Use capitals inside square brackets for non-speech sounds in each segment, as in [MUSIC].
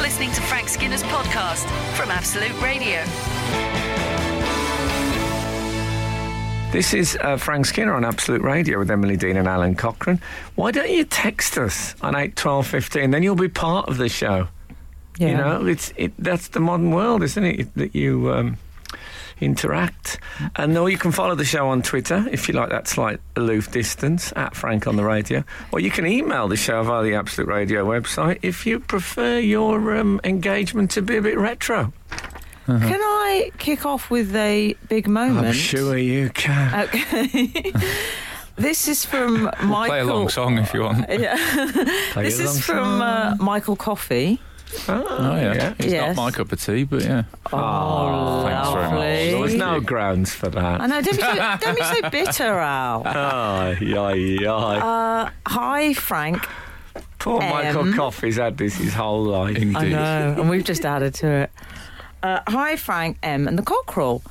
listening to Frank Skinner's podcast from Absolute Radio. This is uh, Frank Skinner on Absolute Radio with Emily Dean and Alan Cochrane. Why don't you text us on eight twelve fifteen? Then you'll be part of the show. Yeah. You know, it's it, that's the modern world, isn't it? That you um, interact, and or you can follow the show on Twitter if you like that slight aloof distance at Frank on the Radio, or you can email the show via the Absolute Radio website if you prefer your um, engagement to be a bit retro. Can I kick off with a big moment? I'm sure you can. Uh, Okay. [LAUGHS] this is from Michael. Play a long song if you want. Play This along. is from uh, Michael Coffey. Oh yeah, it's Yes. not my cup of tea, but yeah. Oh, thanks very much. lovely. There was no grounds for I that. know. Don't be so, don't be so bitter, Al. [LAUGHS] Oh, yeah, yeah. Uh, hi, Frank. Poor Michael um, Coffey's had this his whole life. I Indeed. know, and we've just added to it. Uh, hi, Frank M. and the Cockerel.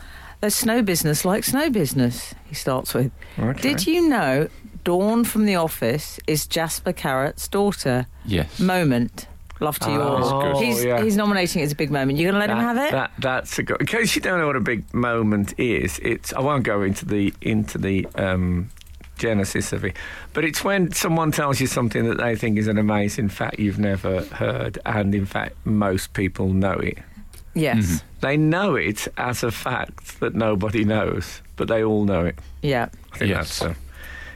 There's snow business like snow business, he starts with. Okay. Did you know Dawn from The Office is Jasper Carrot's daughter? Yes. Moment. Love to you all. good. He's, Ah, yeah. he's nominating it as a big moment. You going to let him That- have it? That, that's a good. In case you don't know what a big moment is, it's. I won't go into the into the um, genesis of it, but it's when someone tells you something that they think is an amazing fact you've never heard, and in fact most people know it. yes. Mm-hmm. They know it as a fact that nobody knows, but they all know it. Yeah. I think Yes. that's, uh,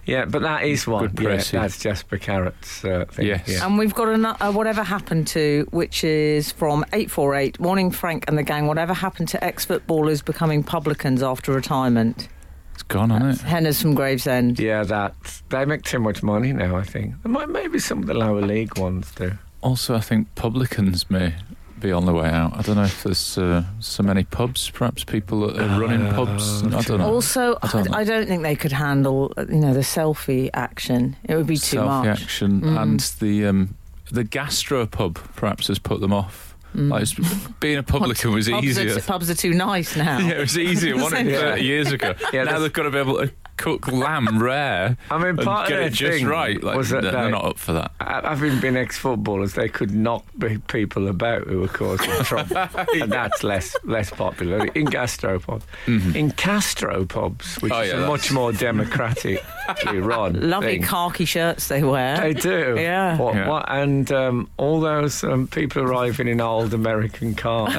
yeah, but that is one. Good Yeah, press, yeah. that's Jasper Carrot's uh, thing. Yes. Yeah. And we've got an, uh, Whatever Happened To, which is from 848. Morning, Frank and the gang. Whatever happened to ex footballers becoming publicans after retirement? It's gone on it. Henna's from Gravesend. Yeah, that they make too much money now. I think They might- maybe some of the lower league ones do. Also, I think publicans may be on the way out. I don't know if there's uh, so many pubs. Perhaps people that are running pubs. I don't know. Also, I I don't don't, know. I, don't think they could handle, uh, you know, the selfie action. It would be too Selfie much. action Mm. and the um, the gastro pub perhaps has put them off. Mm. Like it's- being a publican was Pubs easier. Are, pubs are too nice now. [LAUGHS] Yeah, it was easier, wasn't it? [LAUGHS] Yeah. 30 years ago. Yeah, now that's- they've got to be able to cook lamb rare. I mean, and part of get their it just thing right. Like, was that they're, they- they're not up for that. Ha- Having been ex-footballers, they could knock b- people about who were [LAUGHS] causing trouble, and that's less less popular in gastropubs. In gastropubs, which Mm-hmm. Oh, is yeah, a that's- much more [LAUGHS] democratically run, Lovely thing, khaki shirts they wear. They do. Yeah. What, Yeah. What, and um, all those um, people arriving in old American cars.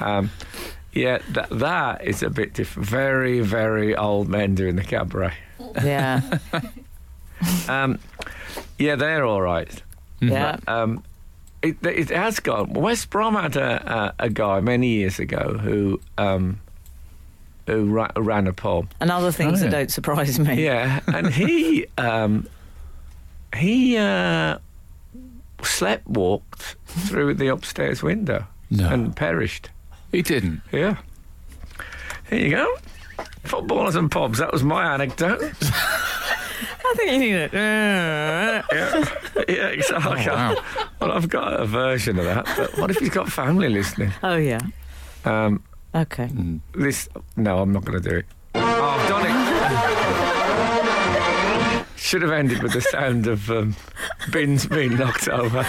um, yeah, that, that is a bit different. Very, very old men doing the cabaret. [LAUGHS] yeah. Um, yeah, they're all right. Mm. yeah. Um, it, it has gone. West Brom had a, a, a guy many years ago who um, who ra- ran a pub. And other things Oh, yeah. that don't surprise me. Yeah, and [LAUGHS] he um, he uh, slept walked through the upstairs window No. and perished. He didn't. Yeah, here you go. Footballers and pubs. That was my anecdote. [LAUGHS] I think you need it. Yeah. Yeah, [LAUGHS] yeah exactly. Oh, wow. Well, I've got a version of that. But what if he's got family listening? Oh, yeah. Um, Okay. This. No, I'm not going to do it. Oh, I've [LAUGHS] done it. Should have ended with the sound of um, bins being knocked over.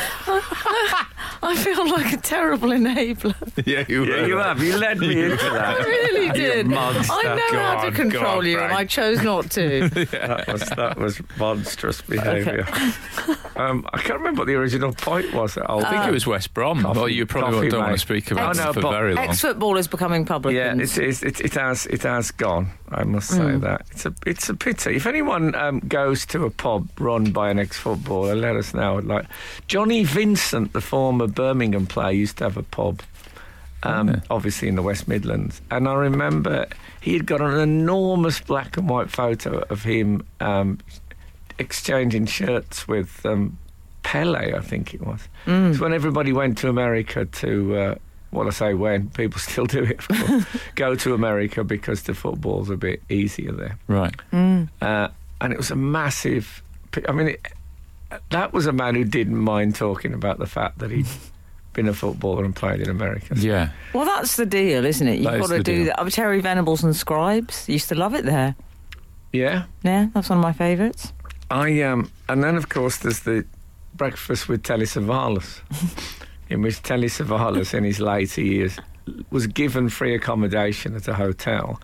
I feel like a terrible enabler. Yeah, you Yeah, you have. You led me into I that. really did. monster. I know how to God, control God, you, and Frank. I chose not to. That was that was monstrous behaviour. Um, I can't remember what the original point was. At I think it was West Brom. Coffee- well, you probably coffee, don't want mate. to speak about Oh, no, it for but very long. Ex footballers becoming Yeah, publicans. it's, it's, it, it has it has gone. I must say that it's a it's a pity. If anyone um, goes to a pub run by an ex-footballer, let us know. I'd Like Johnny Vincent, the former Birmingham player, used to have a pub, um, obviously in the West Midlands, and I remember he had got an enormous black and white photo of him um, exchanging shirts with. Um, Pele, I think it was. It's when everybody went to America to, uh, well, I say when, people [LAUGHS] still do it, of course, go to America because the football's a bit easier there. Right. Uh, and it was a massive, I mean, it, that was a man who didn't mind talking about the fact that he'd been a footballer and played in America. Yeah. Well, that's the deal, isn't it? You've That is got to the do deal. that. Oh, Terry Venables and Scribes used to love it there. Yeah. Yeah, that's one of my favourites. [LAUGHS] I um, and then of course there's the breakfast with Telly Savalas, in which Telly Savalas in his later years was given free accommodation at a hotel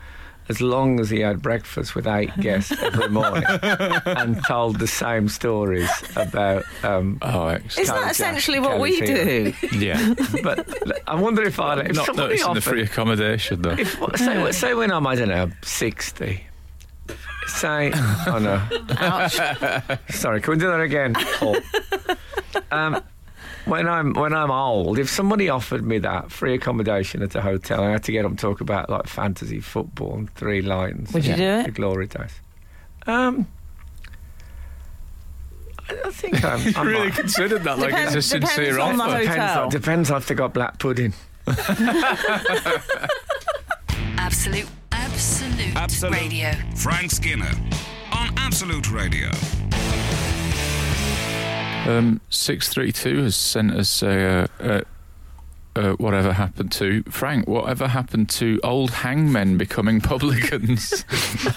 as long as he had breakfast with [LAUGHS] eight guests every morning and told the same stories about. Um, Oh, excellent. Is Can't that just essentially what carry we do? fever. Yeah. but I wonder if I [LAUGHS] if Not somebody noticing the offered free accommodation, [LAUGHS] though. if, say, say when I'm, I don't know, 60. Say, oh no. [LAUGHS] Sorry, can we do that again? Paul? um, when I'm when I'm old, if somebody offered me that free accommodation at a hotel, and I had to get up and talk about like fantasy football and three lines. Would you do The it? glory days. Um, I I think I'm. [LAUGHS] I might. considered that like it's a Depends- depends sincere on the offer. hotel. Depends, on- depends if they got black [LAUGHS] pudding. Absolute, absolute, Absolute. radio. Frank Skinner on Absolute Radio. Um, 632 has sent us a, uh uh uh whatever happened to Frank, whatever happened to old hangmen becoming [LAUGHS] publicans?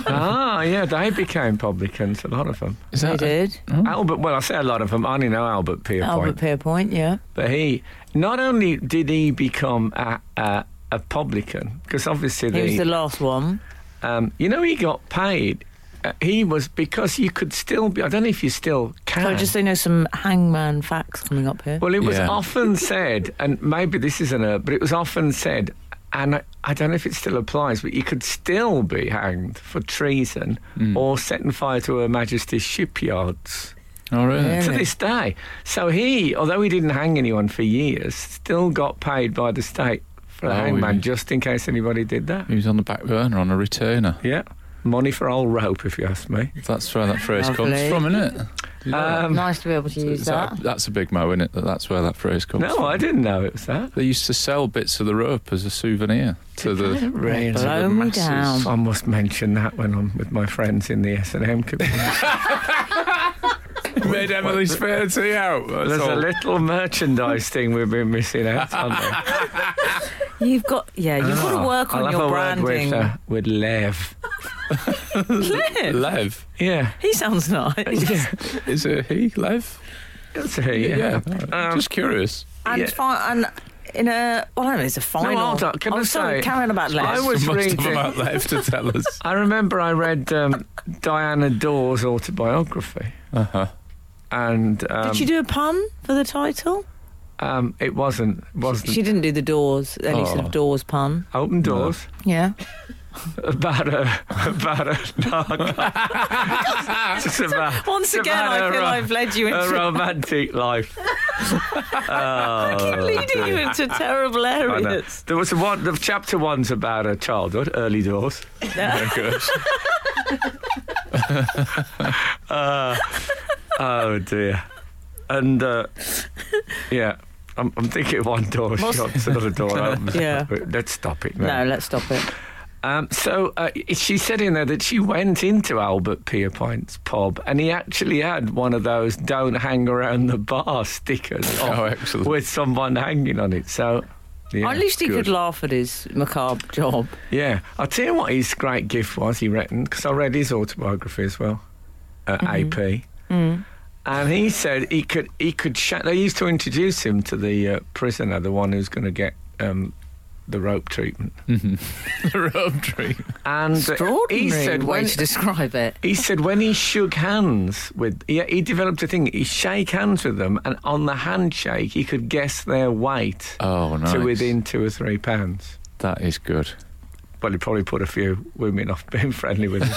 ah, yeah, they became publicans, a lot of them. [LAUGHS] Is They that a- did. Albert, well, I say a lot of them. I only know Albert Pierpoint. Hmm. Albert Pierpoint, yeah. But he, not only did he become a, a, a publican, because obviously, He was the- the last one. um, you know, he got paid. Uh, he was, because you could still be, I don't know if you still can. So just so you know, some hangman facts coming up here. Well, it was Yeah. often said, and maybe this isn't a, but it was often said, and I, I don't know if it still applies, but you could still be hanged for treason or setting fire to Her Majesty's shipyards Oh, really? Yeah. to this day. So he, although he didn't hang anyone for years, still got paid by the state for the Oh, hangman yeah. just in case anybody did that. He was on the back burner on a retainer. Yeah. Money for old rope, if you ask me. That's where that phrase Lovely. comes from, isn't it? Um, nice to be able to use that. That's a big mo, isn't it? That that's where that phrase comes from. no, I didn't know it was that. They used to sell bits of the rope as a souvenir to the. Really? to the Blow me masses. down. I must mention that when I'm with my friends in the S and [LAUGHS] M community. [LAUGHS] Made Emily's fair tea out. that's There's a all. little merchandise thing we've been missing out on. [LAUGHS] there. You've got, yeah, you've got to work I'll on have your Ah, a branding. word with, uh, with Lev. [LAUGHS] [LAUGHS] Cliff, Lev. Yeah, he sounds nice. yeah, Is it he? Lev? that's he. Yeah. Um, Just curious. And, Yeah. fi- and in a, well, I don't know, it's a final. hold on, can oh, I sorry, say- carry on about I Les. was Must have reading- about Lev to tell [LAUGHS] us. I remember I read um, Diana Dawes' autobiography, Uh huh. and um, Did she do a pun for the title? um, it wasn't wasn't She didn't do the doors, any sort Oh. of doors pun. open doors [LAUGHS] Yeah. about a about a no, it's about, Once it's again, about I a feel ro- I've led you a into romantic life. oh, [LAUGHS] leading you into terrible I know. [LAUGHS] areas. There was a one. The chapter one's about her childhood, early doors. Very good. Uh, oh dear. And uh, yeah, I'm, I'm thinking one door Most- shuts, another door opens. [LAUGHS] Yeah. Let's stop it No, now. let's stop it. Um, so uh, she said in there that she went into Albert Pierpoint's pub and he actually had one of those "Don't hang around the bar" [LAUGHS] stickers Oh, on excellent. with someone hanging on it. So. Yeah, At least he good. could laugh at his macabre job. Yeah, I'll tell you what his great gift was, he reckoned, because I read his autobiography as well at Mm-hmm. AP. Mm. And he said he could, he could, sh- they used to introduce him to the uh, prisoner, the one who's going to get um, the rope treatment. the rope tree. And Extraordinary he said, way when, to describe it. he said when he shook hands with, he, he developed a thing, he shake hands with them, and on the handshake, he could guess their weight Oh, nice. to within two or three pounds. That is good. Well, he probably put a few women off being [LAUGHS] friendly [LAUGHS] with him.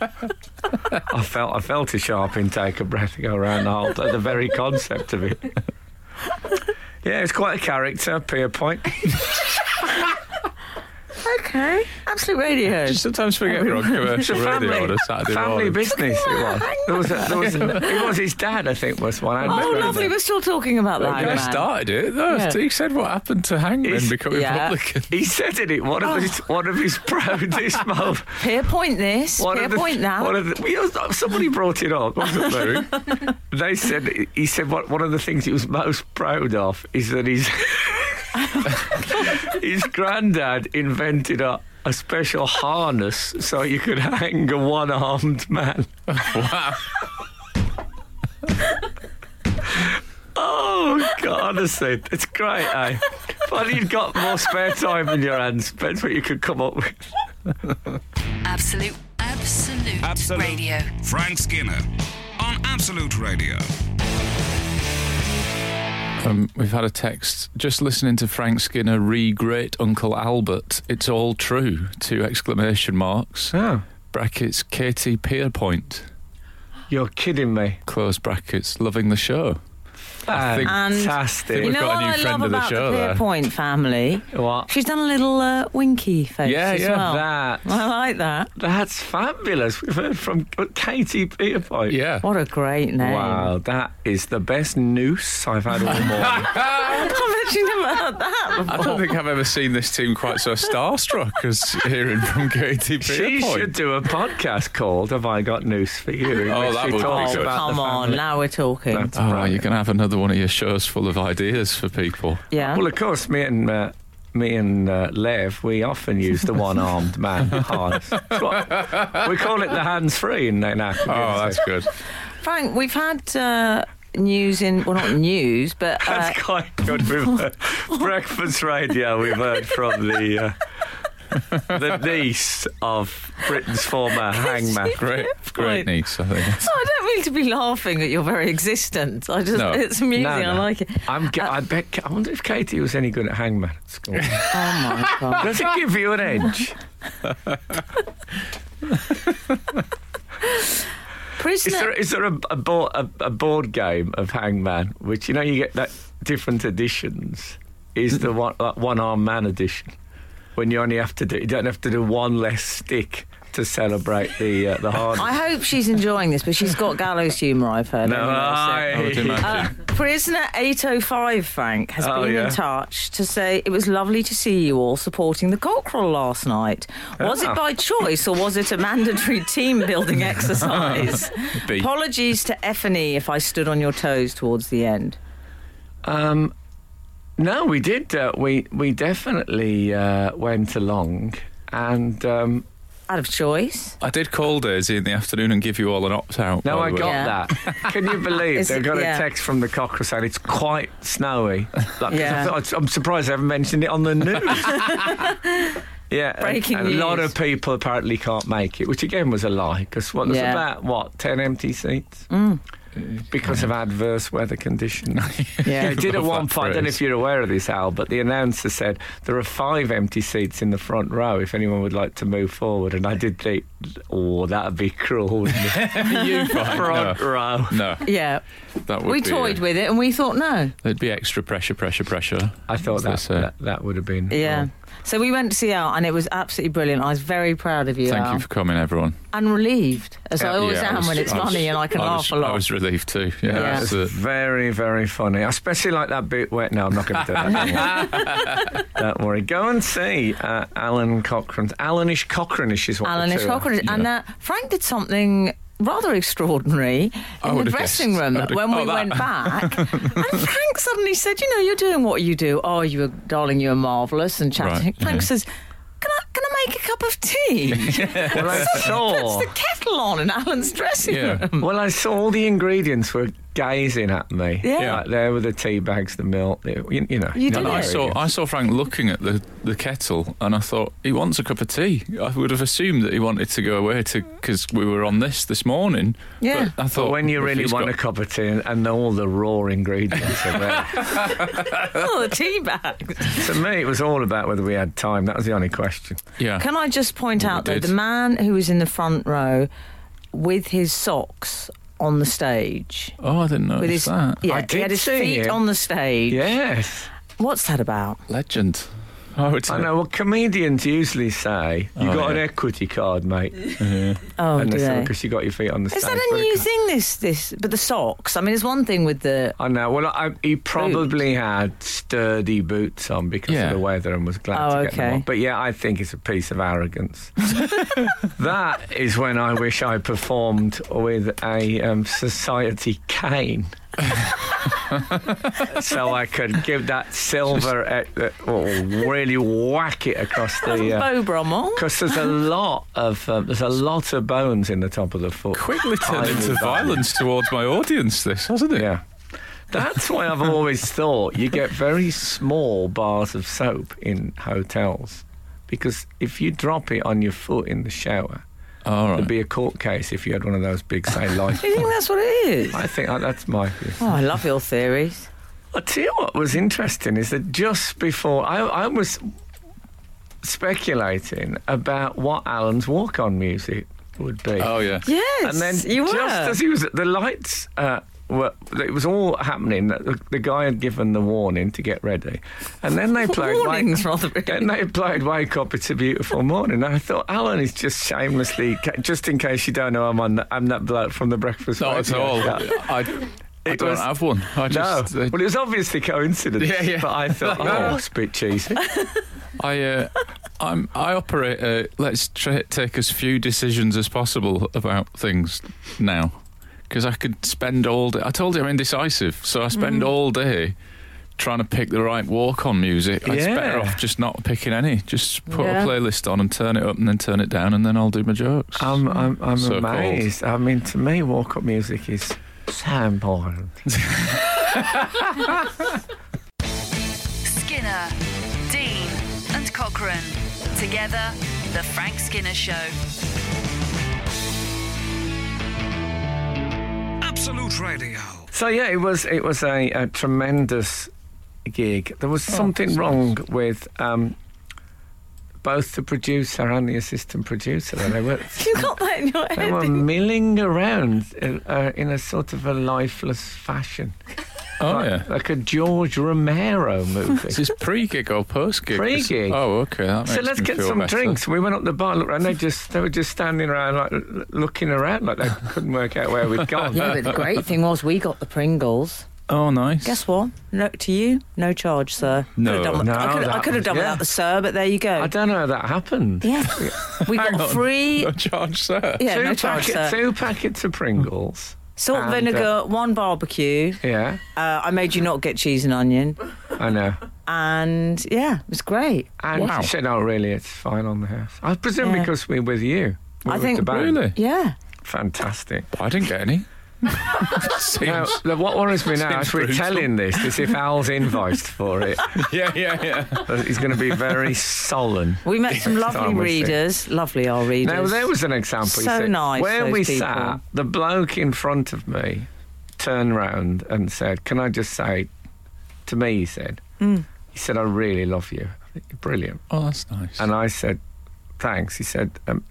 I felt I felt a sharp intake of breath go around the whole at the very concept of it. Yeah, it's quite a character, Pierpoint. Okay. Absolute radio. Just sometimes forget we're on commercial radio on a Saturday family morning. business it was. There was, a, there was a- it was his dad, I think, was one. I Oh, remember lovely. that. We're still talking about that. I man. started it. though. Yeah. He said what happened to hangmen He's- becoming Yeah. publicans. He said it in one of his one of his [LAUGHS] proudest moments. Peer point this, One peer of the- point that. one of the- we also- uh, somebody brought it up, wasn't [LAUGHS] they? they said he said what, one of the things he was most proud of is that his [LAUGHS] his granddad invented a. A special harness so you could hang a one armed man. Wow. [LAUGHS] Oh, God, honestly, it's great, eh? Funny you've got more spare time in your hands. Depends what you could come up with. Absolute, absolute, Absolute. radio. Frank Skinner on Absolute Radio. Um, we've had a text just listening to Frank Skinner re great Uncle Albert. It's all true. Two exclamation marks. Oh, Brackets Katie Pierpoint. you're kidding me. Close brackets. Loving the show. I think- And- Fantastic. We've You know got what a new I friend love of the about the show there. Pierpoint family? what? She's done a little uh, winky face Yeah, as yeah, well. That, I like that. that's fabulous. We've heard from Katie Pierpoint. Yeah. What a great name. [LAUGHS] Wow, that is the best noose I've had [LAUGHS] all morning. I've actually never heard that before. [LAUGHS] I don't think I've ever seen this team quite so starstruck as hearing from Katie she should Pierpoint. do a podcast called "Have I Got News for [LAUGHS] You?" in Oh, which that she would be talks good. about Come the on, family. now we're talking. That's Oh, brilliant. you're going to have another one of your shows full of ideas for people. yeah. Well, of course, me and uh, me and uh, Lev, we often use [LAUGHS] the one-armed man harness. It's what- we call it the hands-free in, in our community. Oh, that's good. Frank, we've had uh, news in, well, not news, [LAUGHS] but uh, That's quite good. We've [LAUGHS] heard breakfast radio. We've heard from the uh, the niece of Britain's [LAUGHS] former hangman. Great, great Pierpoint. niece, I think. Oh, [LAUGHS] I don't mean to be laughing at your very existence. I just, No. it's amusing. I like it. Uh, I'm, ge- I bet. I wonder if Katie was any good at hangman at school. [LAUGHS] Oh my god! [LAUGHS] Does it give you an edge? Is Prisoner. there is there a, a, board, a, a board game of Hangman which you know you get that different editions? Is the one like one arm man edition when you only have to do you don't have to do one less stick to celebrate the uh, the hard. I hope she's enjoying this, but she's got gallows humour. I've heard. No, anyway, so- I- I would Uh, imagine. Prisoner 805, Frank, has Oh, been yeah. in touch to say it was lovely to see you all supporting the Cockerel last night. Was Oh. Ah. it by choice or was it a mandatory team [LAUGHS] building exercise? Beat. Apologies to F and E if I stood on your toes towards the end. Um, no, we did. Uh, we we definitely uh, went along, and um, Out of choice. I did call Daisy in the afternoon and give you all an opt out. Uh, no, by I the way. got Yeah. that. Can [LAUGHS] you believe Is they it- got yeah. a text from the cockroach saying it's quite snowy? Like, Yeah. I am surprised they haven't mentioned it on the news. [LAUGHS] [LAUGHS] Yeah, and- Breaking and a lot news. of people apparently can't make it, which again was a lie because what there's Yeah. Mm. about what ten empty seats because of adverse weather conditions. [LAUGHS] Yeah. They did at Love one that point. I don't know phrase. if you're aware of this, Al, but the announcer said there are five empty seats in the front row if anyone would like to move forward. And I did think, oh, that'd be [LAUGHS] cruel. Wouldn't it? you [LAUGHS] fine? front No. row. No, Yeah, that would we be, toyed with it and we thought no. There'd be extra pressure, pressure, pressure. I thought that, That's it. that that would have been Yeah. wrong. So we went to see Al, and it was absolutely brilliant. I was very proud of you, Thank Al. you for coming, everyone. and relieved, as I Yeah, always I am was- when Oh, it's I was- funny and I can I laugh was- a lot. I was relieved too. Yeah, Yeah. that's It's it. very, very funny. I especially like that bit where. No, I'm not going to [LAUGHS] do that. Don't worry. [LAUGHS] Don't worry. Go and see uh, Alan Cochran's. Alanish Cochranish is what Alan the H. two are. Cochran. And uh, Frank did something rather extraordinary in the would've dressing guessed. I room would've- when we oh, that. [LAUGHS] went back. and Frank suddenly said, You know, you're doing what you do. Oh, you were, darling, you were marvellous and chatting. Right, Frank yeah. says, can I, can I make a cup of [LAUGHS] tea? [LAUGHS] Well, I saw. Puts the kettle on in Alan's dressing Yeah. [LAUGHS] room. Well, I saw all the ingredients were gazing at me. Yeah. Yeah. Like there were the tea bags, the milk, the, you, you know. You know, did And it. I saw, I saw Frank looking at the, the kettle, and I thought he wants a cup of tea. I would have assumed that he wanted to go away to because we were on this this morning. Yeah. but I But thought when you if really he's want got- a cup of tea and, and all the raw ingredients are [LAUGHS] there. Oh, the tea bags. to me, it was all about whether we had time. That was the only question. yeah, Can I just point Well, we out though did. the man who was in the front row with his socks on the stage, oh, I didn't with notice his that. yeah, I he did had his see feet him. on the stage. Yes. What's that about? Legend. Oh, it's I know. Well, comedians usually say, you Oh, got an yeah. equity card, mate. Oh, do they? Because you got your feet on the stage. Is that a But- new thing? This, this, but the socks. I mean, it's one thing with the. I know. Well, I, he probably had sturdy boots on because Yeah. of the weather and was glad Oh, to get them okay. on. But yeah, I think it's a piece of [LAUGHS] arrogance. that is when I wish I performed with a um, society [LAUGHS] cane. so I could give that silver, uh, uh, or really whack it across [LAUGHS] the. Uh, Beau Brummel. because there's a lot of um, there's a lot of bones in the top of the foot. quickly I turned will into die. violence towards my audience. This hasn't it? Yeah. That's why I've always thought you get very small bars of soap in hotels because if you drop it on your foot in the shower, All right. there'd be a court case if you had one of those big, say, life. Do you think that's what it is? I think uh, that's my view. Oh, I love your theories. I tell you what was interesting is that just before I, I was speculating about what Alan's walk on music would be. oh yeah. Yes, and then you just were. as he was, the lights uh, were. It was all happening. The, the guy had given the warning to get ready, and then [LAUGHS] they played. Warnings, wake, rather, really. Then they played "Wake Up, It's a Beautiful Morning." And I thought Alan is just shamelessly, ca- just in case you don't know, I'm on. The, I'm that bloke from the Breakfast. Not at Radio all. Show. I, I It don't was- have one. I No, just. uh, well, it was obviously coincidence. Yeah, yeah. But I [LAUGHS] thought, No. oh, it's a bit [LAUGHS] cheesy. I uh, I'm I operate. Uh, let's try, take as few decisions as possible about things now, because I could spend all day. I told you I'm indecisive, so I Mm. spend all day trying to pick the right walk-on music. I'd Yeah. better off just not picking any. Just put Yeah. a playlist on and turn it up, and then turn it down, and then I'll do my jokes. I'm, I'm, I'm So-called. amazed. I mean, to me, walk up music is so important. Skinner, Dean, and Cochrane. Together, The Frank Skinner Show. Absolute Radio. So yeah, it was it was a, a tremendous gig. There Oh, was something wrong with um, both the producer and the assistant producer. They [LAUGHS] were [LAUGHS] You got that in your they head. were didn't you? milling around uh, uh, in a sort of a lifeless fashion, oh like, yeah. like a George Romero movie. Is this pre-gig or post-gig? Pre-gig. Oh, okay. That makes So let's me get feel some better. drinks. We went up the bar, looked around, they just they were just standing around, like l- looking around, [LAUGHS] like they couldn't work out where we'd gone. Yeah, but the great thing was we got the Pringles. Oh, nice. Guess what? No, to you, no charge, sir. No. Could've done with- No, I could, I that could have was- done yeah. without the sir, but there you go. I don't know how that happened. yeah, [LAUGHS] we got Hang on. free. No charge, sir. Yeah, two, no charge, packet, sir. two packets of [LAUGHS] Pringles. Salt, and, uh, vinegar, one barbecue. Yeah, Uh, I made you not get cheese and onion, I [LAUGHS] know. and yeah, it was [LAUGHS] great. And Wow. she said, "Oh, really? It's fine on the house." I presume Yeah. because we're with you. We I were think- the band. Really? Yeah, fantastic. I didn't get any. Seems- Now, the- what worries [LAUGHS] me now Seems as we're brutal. telling this is if Al's invoiced for it, yeah, yeah, yeah. he's going to be [LAUGHS] very sullen. we met [LAUGHS] some lovely Time was sick. readers. Lovely our readers. Now there was an example. you So see. nice, Where those we people. sat, the bloke in front of me turned round and said, "Can I just say?" To me, he said. Mm. He said, "I really love you. I think you're brilliant." Oh, that's nice. And I said, "Thanks." He said, um,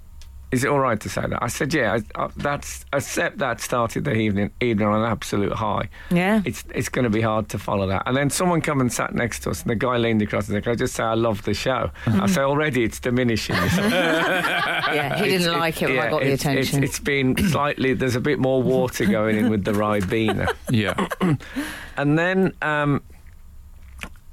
"Is it all right to say that?" I said, "Yeah." I, I, that's except that started the evening evening on an absolute high. yeah. It's it's going to be hard to follow that. And then someone come and sat next to us, and the guy leaned across and said, "Can I just say I love the show?" I say, "Already, it's [LAUGHS] diminishing." He said, [LAUGHS] Yeah, Mm-hmm. he didn't like it when I got the it's- it's- attention. it's been slightly. There's a bit more water going in with the ribena, [LAUGHS] yeah. and then um,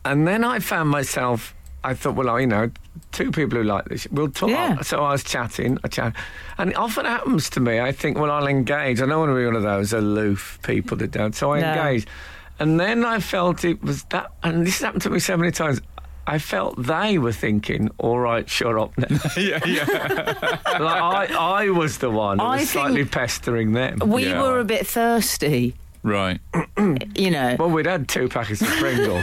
and then I found myself. I thought, well, I, you know, two people who like this, we'll talk. Yeah. So I was chatting, I chat, and it often happens to me. I think, well, I'll engage. I don't want to be one of those aloof people that don't. So I No. engage, and then I felt it was that, and this happened to me so many times. I felt they were thinking, all right, sure up now. [LAUGHS] yeah, yeah. like I, I was the one who I was think- slightly pestering them. we Yeah. were a bit thirsty, Right. you know. Well, we'd had two packets of Pringle.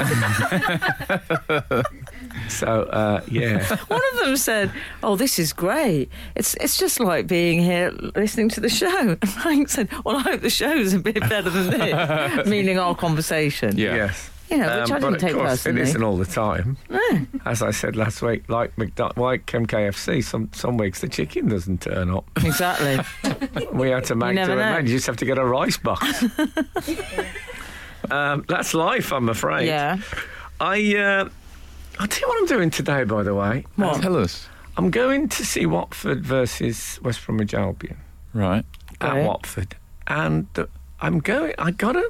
so, uh, yeah. [LAUGHS] One of them said, "Oh, this is great. It's it's just like being here listening to the show." [LAUGHS] And Frank said, "Well, I hope the show's a bit better [LAUGHS] than this," meaning our conversation. Yeah. Yes. Um, You know, which I but didn't of take course, personally. it isn't all the time. As I said last week, like McDonald's, like KFC, some, some weeks the chicken doesn't turn up. Exactly. We had to make do never it. know. man. You just have to get a rice [LAUGHS] box. um, that's life, I'm afraid. yeah. I, uh, I'll tell you what I'm doing today, by the way. What? Tell us. I'm going to see Watford versus West Bromwich Albion Right. at Right. Watford, and the, I'm going. I got an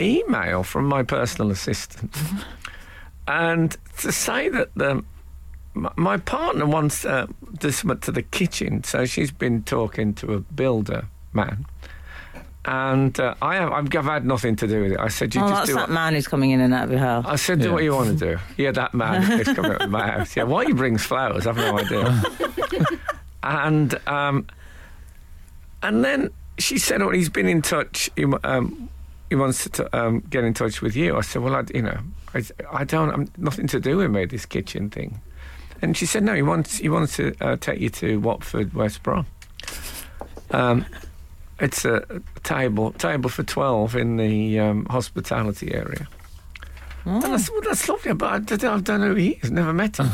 email from my personal [LAUGHS] assistant, and to say that the my, my partner wants uh, this went to the kitchen, so she's been talking to a builder man. And uh, I have, I've, I've had nothing to do with it. I said, "You Oh, just that's do that what man who's coming in and out of your house. I said, do Yeah. what you want to do. Yeah, that man is coming up to my house. Yeah, why he brings flowers, I've no idea. and um, and then she said, oh, he's been in touch. He, um, he wants to um, get in touch with you. I said, well, I, you know, I, I don't, I'm nothing to do with me this kitchen thing. And she said, no, he wants he wants to uh, take you to Watford, West Brom. Um, it's a table table for twelve in the um, hospitality area. And I said, well, that's lovely, but I don't, I don't know who he is. Never [LAUGHS] met him.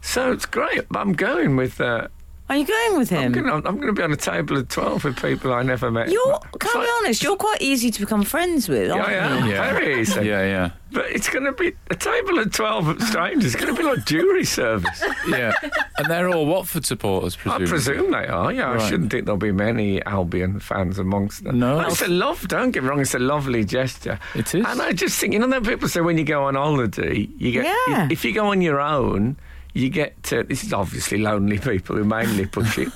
so it's great. I'm going with. Uh, Are you going with I'm him? going I'm going to be on a table of twelve with people I never met. You're, It's can I like- be honest, you're quite easy to become friends with, Yeah, aren't I you? am. Yeah. Very easy. Yeah, yeah. But it's going to be a table of 12 of strangers. It's going to be like jury service. Yeah. And they're all Watford supporters, I presumably. presume they are. Yeah, I Right. shouldn't think there'll be many Albion fans amongst them. No. But it's a love. Don't get me wrong. It's a lovely gesture. It is. And I just think you know, that people say when you go on holiday, you get Yeah. if you go on your own, you get to. This is obviously lonely people who mainly push [LAUGHS] it.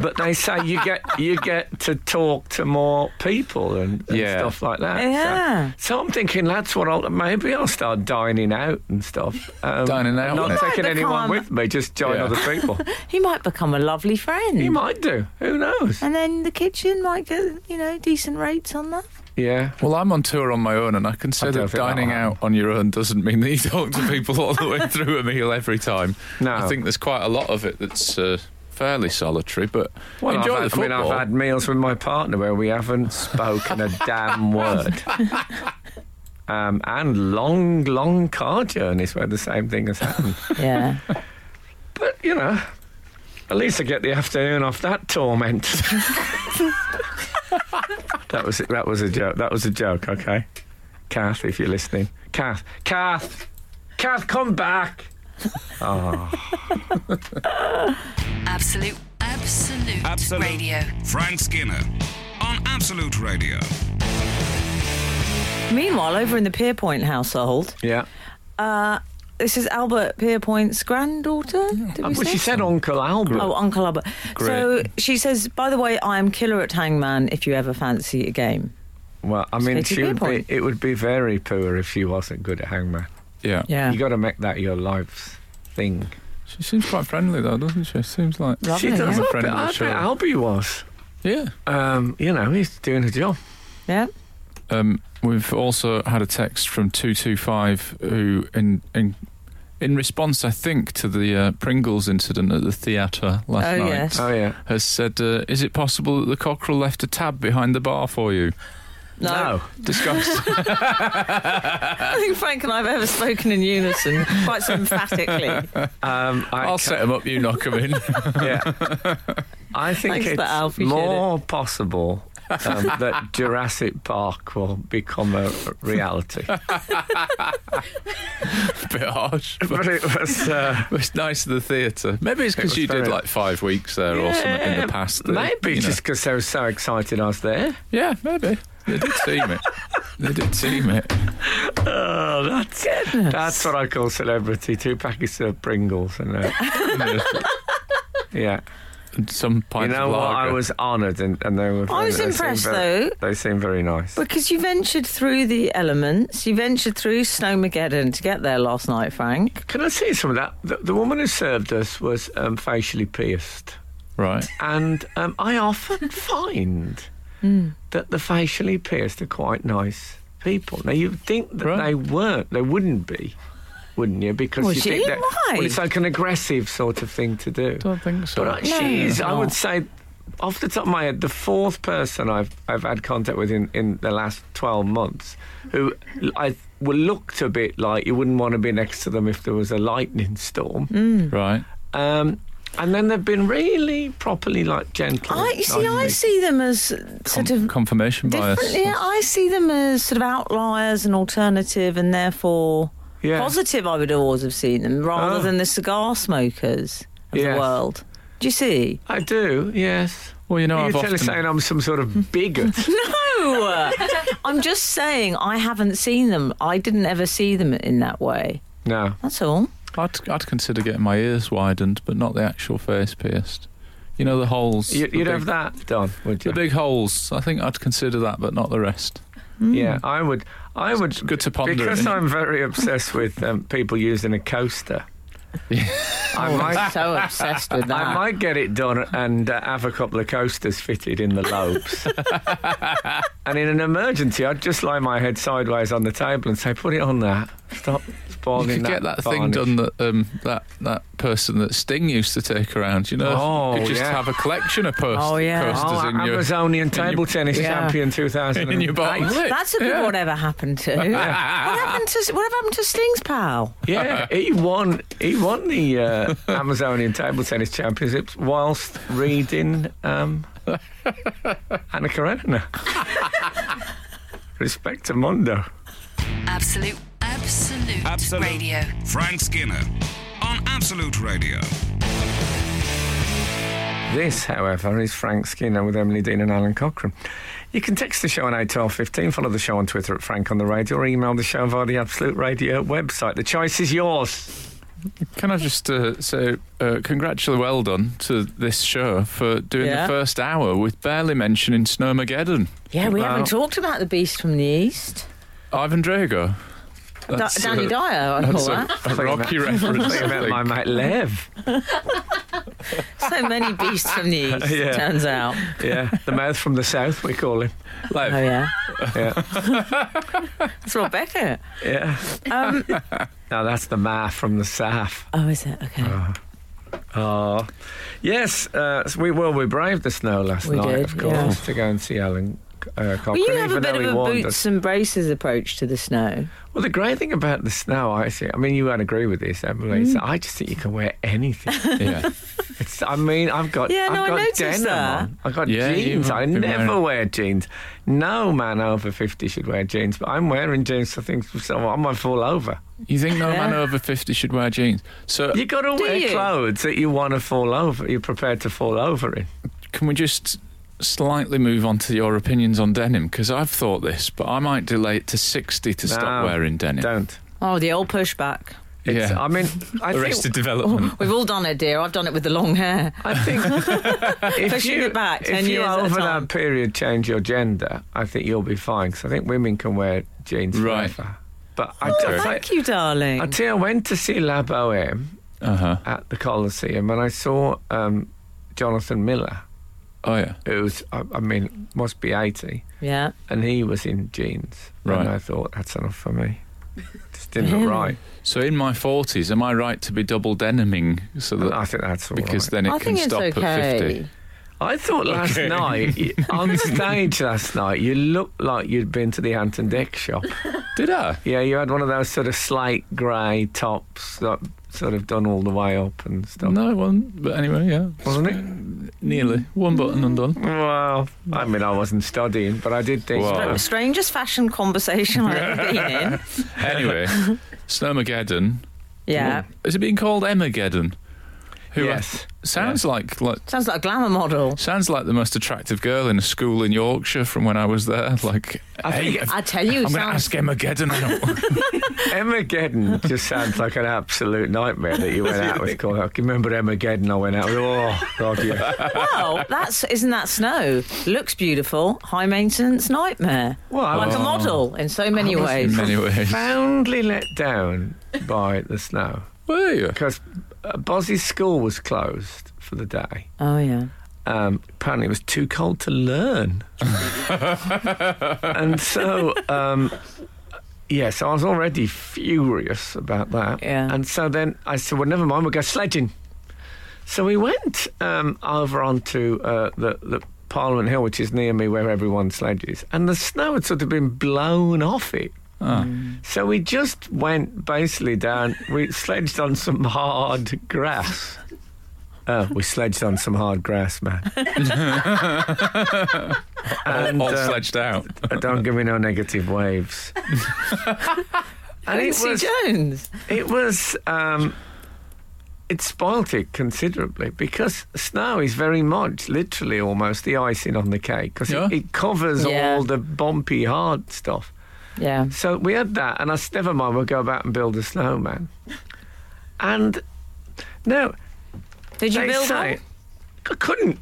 But they say you get you get to talk to more people and, and Yeah. stuff like that. So- Yeah. So, I'm thinking that's what I'll maybe I'll start dining out and stuff. Um, Dining out, and not mate. taking Might anyone become- with me, just join Yeah. other [LAUGHS] people. He might become a lovely friend. He might do. Who knows? And then the kitchen might get, you know, decent rates [LAUGHS] on that. Yeah. Well, I'm on tour on my own, and I can say I don't that think that'll dining happen. out on your own doesn't mean that you talk to people all the way through a meal every time. No. I think there's quite a lot of it that's uh, fairly solitary, but Well, enjoy I've the had, I mean, football. I've had meals with my partner where we haven't spoken [LAUGHS] a damn word. Um, and long, long car journeys where the same thing has [LAUGHS] happened. Yeah. But, you know, at least I get the afternoon off that [LAUGHS] torment. that was that was a joke. That was a joke, okay? Kath, if you're listening. Kath, Kath, Kath, come back. Absolute, absolute, Absolute. radio. Frank Skinner on Absolute Radio. Meanwhile, over in the Pierpoint household, Yeah. uh, this is Albert Pierpoint's granddaughter. Did we Well, say? she said Uncle Albert. Oh, Uncle Albert. So she says, by the way, I am killer at Hangman if you ever fancy a game. Well, I mean, Katie she would be, Pierpoint. it would be very poor if she wasn't good at hangman. yeah. Yeah. You got to make that your life's thing. She seems quite friendly, though, doesn't she? Seems like. Lovely. she yeah. does. I'm a I friend bet, of the I show. bet Albie was. Yeah. Um, you know, he's doing a job. Yeah. Um, we've also had a text from 225 who, in, in, in response, I think, to the uh, Pringles incident at the theatre last Oh, night. yes. Oh yeah. has said, uh, "Is it possible that the cockerel left a tab behind the bar for you?" No. [LAUGHS] [LAUGHS] Discuss. I don't think Frank and I have ever spoken in unison quite [LAUGHS] so emphatically. Um, I I'll ca- set him up. You knock him in. [LAUGHS] [LAUGHS] Yeah. I think Thanks for it's that, Alf, appreciate more possible [LAUGHS] um, that Jurassic Park will become a reality. Bit harsh, [LAUGHS] but but it was. [LAUGHS] Uh, it's nice in the theatre. Maybe it's It because was you very- did like five weeks there or something in yeah, the past. that, maybe you know- just because they were so excited I was there. yeah, maybe they did team it. They did team it. Oh, that's That's what I call celebrity. Two packets of Pringles and [LAUGHS] uh, yeah. And some You pints know of what? lager. I was honoured, and, and they were. I was they seemed impressed, very- They seem very nice. Because you ventured through the elements, you ventured through Snowmageddon to get there last night, Frank. Can I say some of that? The, the woman who served us was um, facially pierced, right. and um, I [LAUGHS] often find Hmm. that the facially pierced are quite nice people. Now you'd think that Right. they weren't, they wouldn't be, wouldn't you? Because Well, you gee, think that well, why? it's like an aggressive sort of thing to do. Don't think so. But I, No, she's, I would not. say, off the top of my head, the fourth person I've I've had contact with in, in the last twelve months, who I well, looked a bit like you wouldn't want to be next to them if there was a lightning storm. right. Um, and then they've been really properly like gentle. I, you see, I nice see them as Con- sort of confirmation bias. different. Yeah, I see them as sort of outliers and alternative, and therefore people. yeah. positive. I would always have seen them rather Oh. than the cigar smokers of Yes. the world. Do you see? I do. Yes. Well, you know, You're I've telling often saying I'm some sort of [LAUGHS] bigot. No, [LAUGHS] I'm just saying I haven't seen them. I didn't ever see them in that way. no. That's all. I'd, I'd consider getting my ears widened, but not the actual face pierced. You know the holes. You, the you'd big- have that done, would you? The big holes. I think I'd consider that, but not the rest. Yeah, I would. I would. good to ponder, because isn't it? I'm very obsessed with um, people using a [LAUGHS] coaster. I I'm Oh, might. so obsessed with that. [LAUGHS] I Ah. [LAUGHS] might get it done and uh, have a couple of coasters fitted in the lobes. And in an emergency, I'd just lie my head sideways on the table and say, "Put it on there. Stop You spoiling could that." get that thing varnish." done that um, that that person that Sting used to take around. You know, Oh, you just yeah. have a collection of post- Oh, yeah. posters Oh, in your Amazonian your- table tennis Yeah. champion 2000. [LAUGHS] in your bottom [LAUGHS] lip. That's a good Yeah. whatever happened [LAUGHS] to. what happened to what happened to Sting's pal? Yeah, he won. He won the [LAUGHS] uh, Amazonian table tennis championships whilst reading [LAUGHS] um, Anna Karenina. Respect to Mondo. Absolute, absolute, Absolute. radio. Frank Skinner on Absolute Radio. This, however, is Frank Skinner with Emily Dean and Alan Cochrane. You can text the show on 81215, follow the show on Twitter at Frank on the Radio, or email the show via the Absolute Radio website. The choice is yours. Can I just uh, say, uh, congratulations, well done to this show for doing Yeah. the first hour with barely mentioning Snowmageddon. Yeah, we Well- haven't talked about the Beast from the East. Ivan Drago. Da- That's, Danny uh, Dyer, I call That's that. a, a rocky I reference. [LAUGHS] think I about think. my mate Lev. So many beasts from [LAUGHS] the east. Yeah. Turns [LAUGHS] out. Yeah, the mouth from the south, we call him. Lev, Oh yeah, Yeah. [LAUGHS] it's Rob Beckett. Yeah. [LAUGHS] Um, No, that's the ma from the south. oh, is it okay? Uh, Oh, yes. Uh, so we well, we braved the snow last We night, did, of course, yeah. to go and see Alan. Uh, Cochrane, well, you have a even bit though of he a warned boots us. and braces approach to the snow. Well, the great thing about the snow, I see. I mean, you won't agree with this, Emily. is that Mm. I just think you can wear anything. yeah. [LAUGHS] it's, I mean, I've got Yeah, no, I I've got noticed denim that. on. I've got Yeah, you jeans. have I been never wearing- wear jeans. No man over fifty should wear jeans, but I'm wearing jeans. So I think so I might fall over. You think no man Yeah. over 50 should wear jeans? So, You got to wear you? clothes that you want to fall over. You're prepared to fall over in. can we just slightly move on to your opinions on denim? Because I've thought this, but I might delay it to 60 to No, stop wearing denim. Don't. Oh, the old pushback. It's, Yeah. I [LAUGHS] mean, I think Oh. Arrested development. We've all done it, dear. I've done it with the long hair. I [LAUGHS] think if Pushing you, it back if 10 you years at a over time. that period change your gender, I think you'll be fine because I think women can wear jeans Right. forever. But I, Oh, I- thank you, darling. Until I went to see La Boheme Uh huh. at the Coliseum and I saw um, Jonathan Miller, Oh, yeah. who's, I, I mean, must be 80, yeah. and he was in jeans. Right. And I thought, that's enough for me. Just didn't look Really? right. So, in my 40s, am I right to be double deniming? So And that I think that's all because Oh, right. then it I can think it's stop at 50. okay. I thought last night y- on stage last night you looked like you'd been to the Ant and Deck shop. Did I? Yeah, you had one of those sort of slate grey tops that sort of done all the way up and stuff, No, it wasn't. But anyway, yeah. wasn't it? Nearly. One button undone. Well, I mean, I wasn't studying, but I did think. Wow. that- Strangest fashion conversation I've ever been [LAUGHS] in. [LAUGHS] Anyway, Snowmageddon. Yeah. Is it being called Emmageddon? Who Yes. sounds like, like Sounds like a glamour model. sounds like the most attractive girl in a school in Yorkshire from when I was there. [LAUGHS] Like, I think I tell you, it [LAUGHS] I'm going to sounds. ask [LAUGHS] Emmageddon. I don't- Emma Geddon just sounds like an absolute nightmare that you went out with. Call I can remember Emma Geddon. I went out with. Oh God, [LAUGHS] yeah. Well, that's isn't that snow? Looks beautiful, high maintenance nightmare. Well, I like was a model in so many in ways. many ways. [LAUGHS] profoundly let down by the snow. Were you? because uh, Bozzy's school was closed for the day. Oh yeah. Um, apparently, it was too cold to learn, and so um, yeah, so I was already furious about that. Yeah. and so then I said, "Well, never mind, we'll go sledging." So we went um, over onto uh, the the. Parliament Hill, which is near me where everyone sledges, and the snow had sort of been blown off it. Ah. So we just went basically down. We sledged on some hard grass. Oh, we sledged on some hard grass, [LAUGHS] man. and All uh, sledged out. don't give me no negative waves. [LAUGHS] and it Quincy was, Jones. it was, um, it spoilt it considerably because snow is very much, literally almost, the icing on the cake because Yeah. it, it covers Yeah. all the bumpy, hard stuff. Yeah. So we had that, and I said, never mind, we'll go back and build a snowman. And no, Did you they build say, one? I couldn't.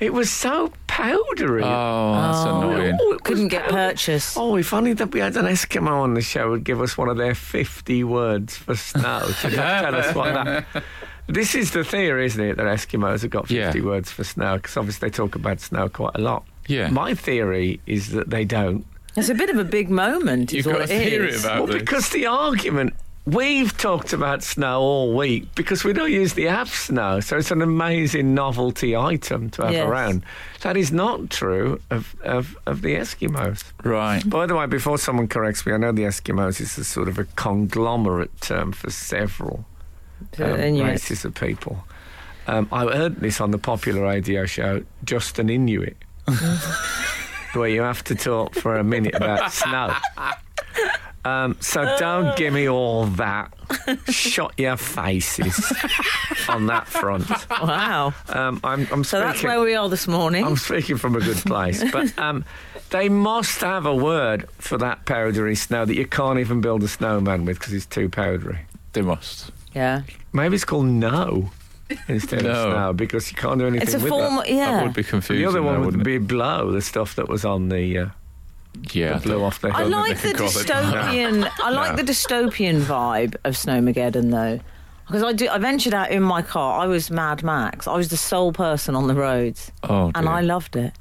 It was so powdery. Oh, that's Oh. annoying. Oh, it Couldn't was get powder- purchase. Oh, if only that we had an Eskimo on the show would give us one of their 50 words for snow to tell us what that. [LAUGHS] This is the theory, isn't it, that Eskimos have got 50 Yeah. words for snow? Because obviously they talk about snow quite a lot. Yeah. My theory is that they don't. It's a bit of a big moment. You've Is got what a it theory is. about Well, this. because the argument we've talked about snow all week because we don't use the app snow, so it's an amazing novelty item to have Yes. around. That is not true of, of, of the Eskimos. Right. By the way, before someone corrects me, I know the Eskimos is a sort of a conglomerate term for several Uh, um, Inuit. races of people. Um, I heard this on the popular radio show, Just an Inuit, [LAUGHS] where you have to talk for a minute about snow. Um, so don't give me all that. Shut your faces on that front. Wow. Um, I'm, I'm So that's speaking- where we are this morning. I'm speaking from a good place, but um, they must have a word for that powdery snow that you can't even build a snowman with because it's too powdery. They must. yeah. Maybe it's called no instead No. of snow because you can't do anything It's a with form. it. That Yeah. would be confusing. The other though, one would wouldn't be blow, the stuff that was on the uh, it? Yeah. I that blew think- off the I hill. like the could call it- [LAUGHS] dystopian. I like the dystopian vibe of Snowmageddon though, because I do. I ventured out in my car. I was Mad Max. I was the sole person on the roads, Oh, and dear. I loved it.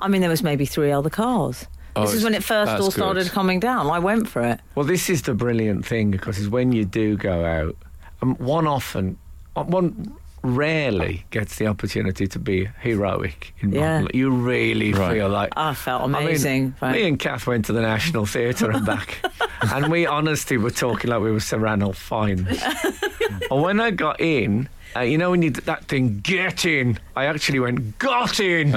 I mean, there was maybe three other cars. Oh, this is it's- when it first that's all started good. coming down. I went for it. Well, this is the brilliant thing because it's when you do go out, um, one often, uh, one rarely gets the opportunity to be heroic in Yeah. modern life. You really Right. feel like I felt I mean, amazing. Frank. Me and Kath went to the National Theatre and back, [LAUGHS] and we honestly were talking like we were Serrano [LAUGHS] Fines. and when I got in, uh, you know, when you did that thing, get in, I actually went, got in.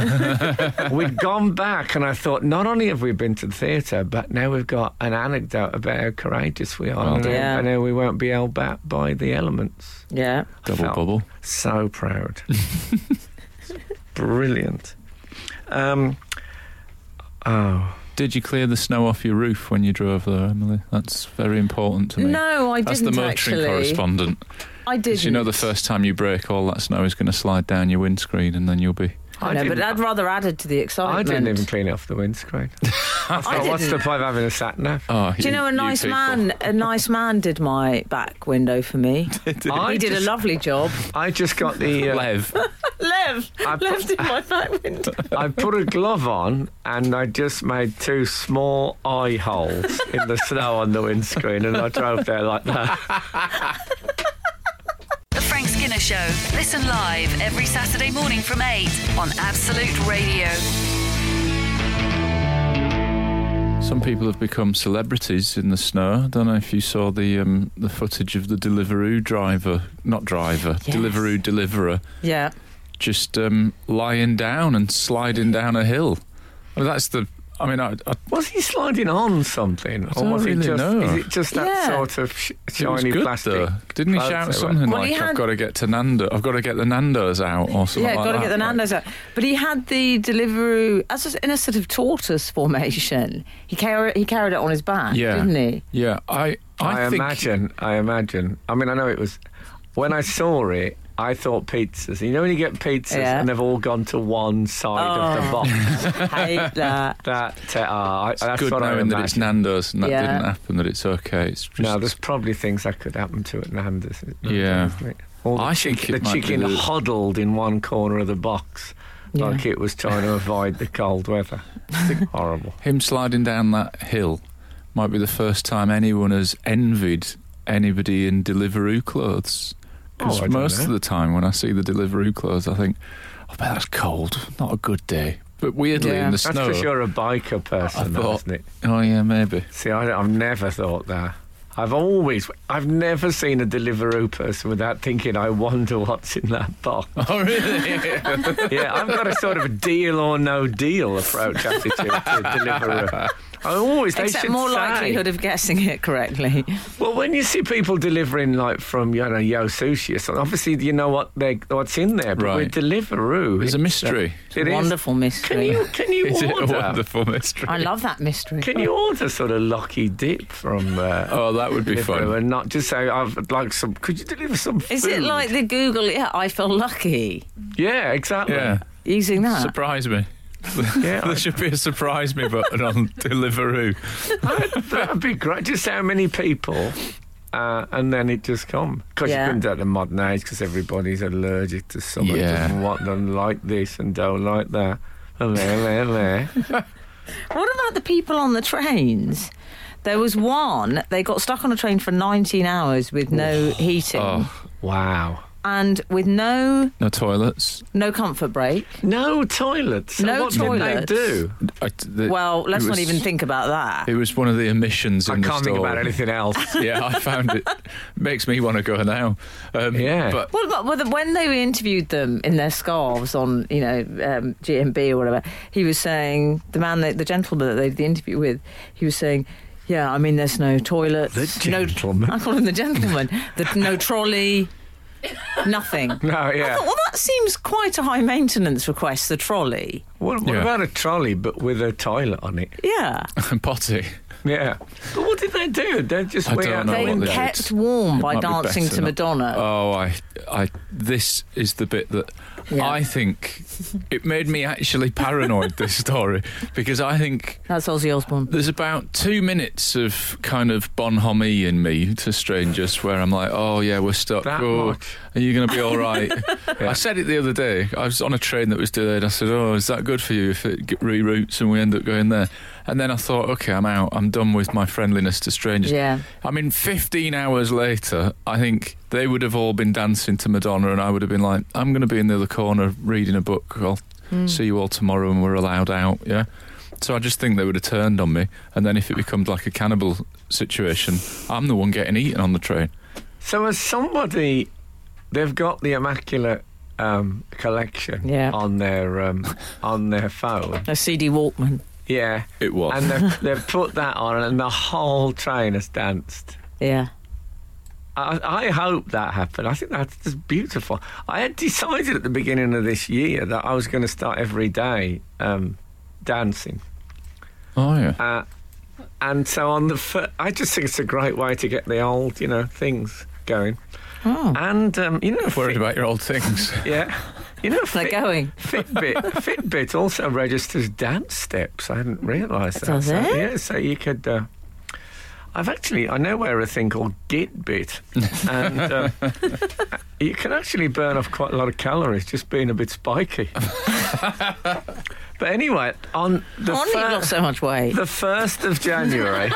We'd gone back, and I thought, not only have we been to the theatre, but now we've got an anecdote about how courageous we are, Well and, done. Oh, Yeah. and how we won't be held back by the elements. yeah. Double felt bubble. So [LAUGHS] proud. Brilliant. Um, oh. Did you clear the snow off your roof when you drove there, Emily? That's very important to me. No, I That's didn't the motoring actually. correspondent. I didn't. Because you know, the first time you brake, all that snow is going to slide down your windscreen, and then you'll be. I know, but didn't- that rather added to the I excitement. didn't even clean it off the [LAUGHS] windscreen. I thought, what's the didn't. point of having a sat nav? Oh, Do Ah, you know a nice people. [LAUGHS] man? A nice man did my back window for me. I he did just, a lovely job. I just got [LAUGHS] the. Uh, Lev. Lev, I- Lev did my back window. I put a glove on and I just made two small eye holes in the snow on the windscreen, and I drove there like that. The Frank Skinner Show. Listen live every Saturday morning from 8 on Absolute Radio. [LAUGHS] Some people have become celebrities in the snow. I don't know if you saw the um, the footage of the Deliveroo driver, not driver, Yes. Deliveroo deliverer, Yeah, just um, lying down and sliding down a hill. I mean, that's the. I mean, I, I, Was he sliding on something, or don't was really it just? know. Is it just that Yeah. sort of sh- it was shiny good plastic? though. Didn't he clothes they shout wear? something Well, he like, had- "I've got to get to Nando. I've got to get the Nando's out," or something yeah, like got to that. get the Nando's out. But he had the Deliveroo as a- in a sort of tortoise formation. He carried he carried it on his back, Yeah. didn't [LAUGHS] he? Yeah, I. I, I, think, imagine. I imagine. I mean, I know it was. When I saw it, I thought pizzas. You know when you get pizzas Yeah. and they've all gone to one side of the Oh. box. [LAUGHS] Hate that. That uh, I, It's that's good what I knowing that it's imagine. Nando's and that Yeah. didn't happen. That it's okay. It's just No, there's probably things that could happen to it. Nando's, Yeah. isn't it? All the I chick- think it the might be chicken the- huddled in one corner of the box, Yeah. like it was trying to avoid the cold [LAUGHS] weather. Horrible. Him sliding down that hill might be the first time anyone has envied anybody in Deliveroo clothes. Because Oh, I don't most know. of the time when I see the Deliveroo clothes, I think, I bet that's cold. Not a good day. But weirdly, Yeah. in the That's snow. for sure a biker person, though, thought- isn't it? Oh, [LAUGHS] yeah, maybe. See, I, I've never thought that. I've always, I've never seen a Deliveroo person without thinking, I wonder what's in that [LAUGHS] box. Oh, really? yeah, I've got a sort of deal or no deal approach attitude to Deliveroo. I always, they Except should more say- likelihood of guessing it correctly. Well, when you see people delivering like from you know Yo Sushi or something, obviously you know what they what's in there, but Right. with Deliveroo, There's it's- [LAUGHS] a mystery. it is. Wonderful Can mystery. you can you [LAUGHS] Is it a order? wonderful mystery? I love that mystery. Can you order sort of lucky dip from? Uh, Oh, that would be Deliveroo fun. and not just say I've like some. Could you deliver some? Food? Is it like the Google? Yeah, I feel lucky Yeah, exactly. [LAUGHS] Yeah. using that. Surprise me. Ah. Yeah, there should be a surprise me button on [LAUGHS] Deliveroo. That'd be great. Just how many people, uh, and then it just come. Because Yeah. you couldn't do it in the modern age because everybody's allergic to something, Yeah. doesn't want them like this and don't like that. Hello, hello, hello. What about the people on the trains? There was one, they got stuck on a train for 19 hours with no heating Oh, Wow. and with no no toilets. no comfort break. No toilets. So No what did toilets. they do? I- the- Well, let's it not was- even think about that. It was one of the emissions in I the can't store. think about anything else. [LAUGHS] yeah, I found it makes me want to go now. Um, Yeah. but [LAUGHS] Well, but whether- when they interviewed them in their scarves on, you know, um, GMB or whatever, he was saying the man, that, the gentleman that they did the interview with, he was saying, "Yeah, I mean, there's no toilets, The no- gentleman. [LAUGHS] I call him the gentleman. the, no trolley, [LAUGHS] nothing. No, yeah. Well, that seems quite a high maintenance request. The trolley, What, what Yeah. about a trolley but with a toilet on it? yeah. potty. Yeah. But what did they do? They just I went don't out know the what They they window. did. kept warm It by might be dancing better to not- Uh. Madonna. Oh, I, I, this is the bit that Yeah. I think it made me actually paranoid. this story because I think That's Ozzy Osbourne. there's about two minutes of kind of bonhomie in me to strangers where I'm like, oh yeah, we're stuck. That oh, much? Are you going to be all right? I said it the other day. I was on a train that was delayed. I said, oh, is that good for you if it g- reroutes and we end up going there? And then I thought, okay, I'm out. I'm done with my friendliness to strangers. Yeah. I mean, 15 hours later, I think they would have all been dancing to Madonna, and I would have been like, I'm going to be in the other corner reading a book. I'll see you all tomorrow, and we're allowed out. Yeah. So I just think they would have turned on me, and then if it becomes like a cannibal situation, I'm the one getting eaten on the train. So as somebody, they've got the immaculate um, collection Yeah. on their um, on their phone. A CD Walkman. Yeah, It was. and [LAUGHS] they've, they've put that on, and the whole train has danced. Yeah. I, I hope that happened. I think that's just beautiful. I had decided at the beginning of this year that I was going to start every day um, dancing. oh yeah. Uh, and so on the, fir- I just think it's a great way to get the old, you know, things going. Oh. And um, you know, Worried Fit- about your old things. yeah, you know, They're Fit- going. Fitbit, Fitbit also registers dance steps. I hadn't realised that. Does so, it? Yeah, so you could. Uh, I've actually I know where a thing called Gitbit, and um, [LAUGHS] you can actually burn off quite a lot of calories just being a bit [LAUGHS] spiky. but anyway, on the Only fir- lost so much weight. the first of [LAUGHS] January.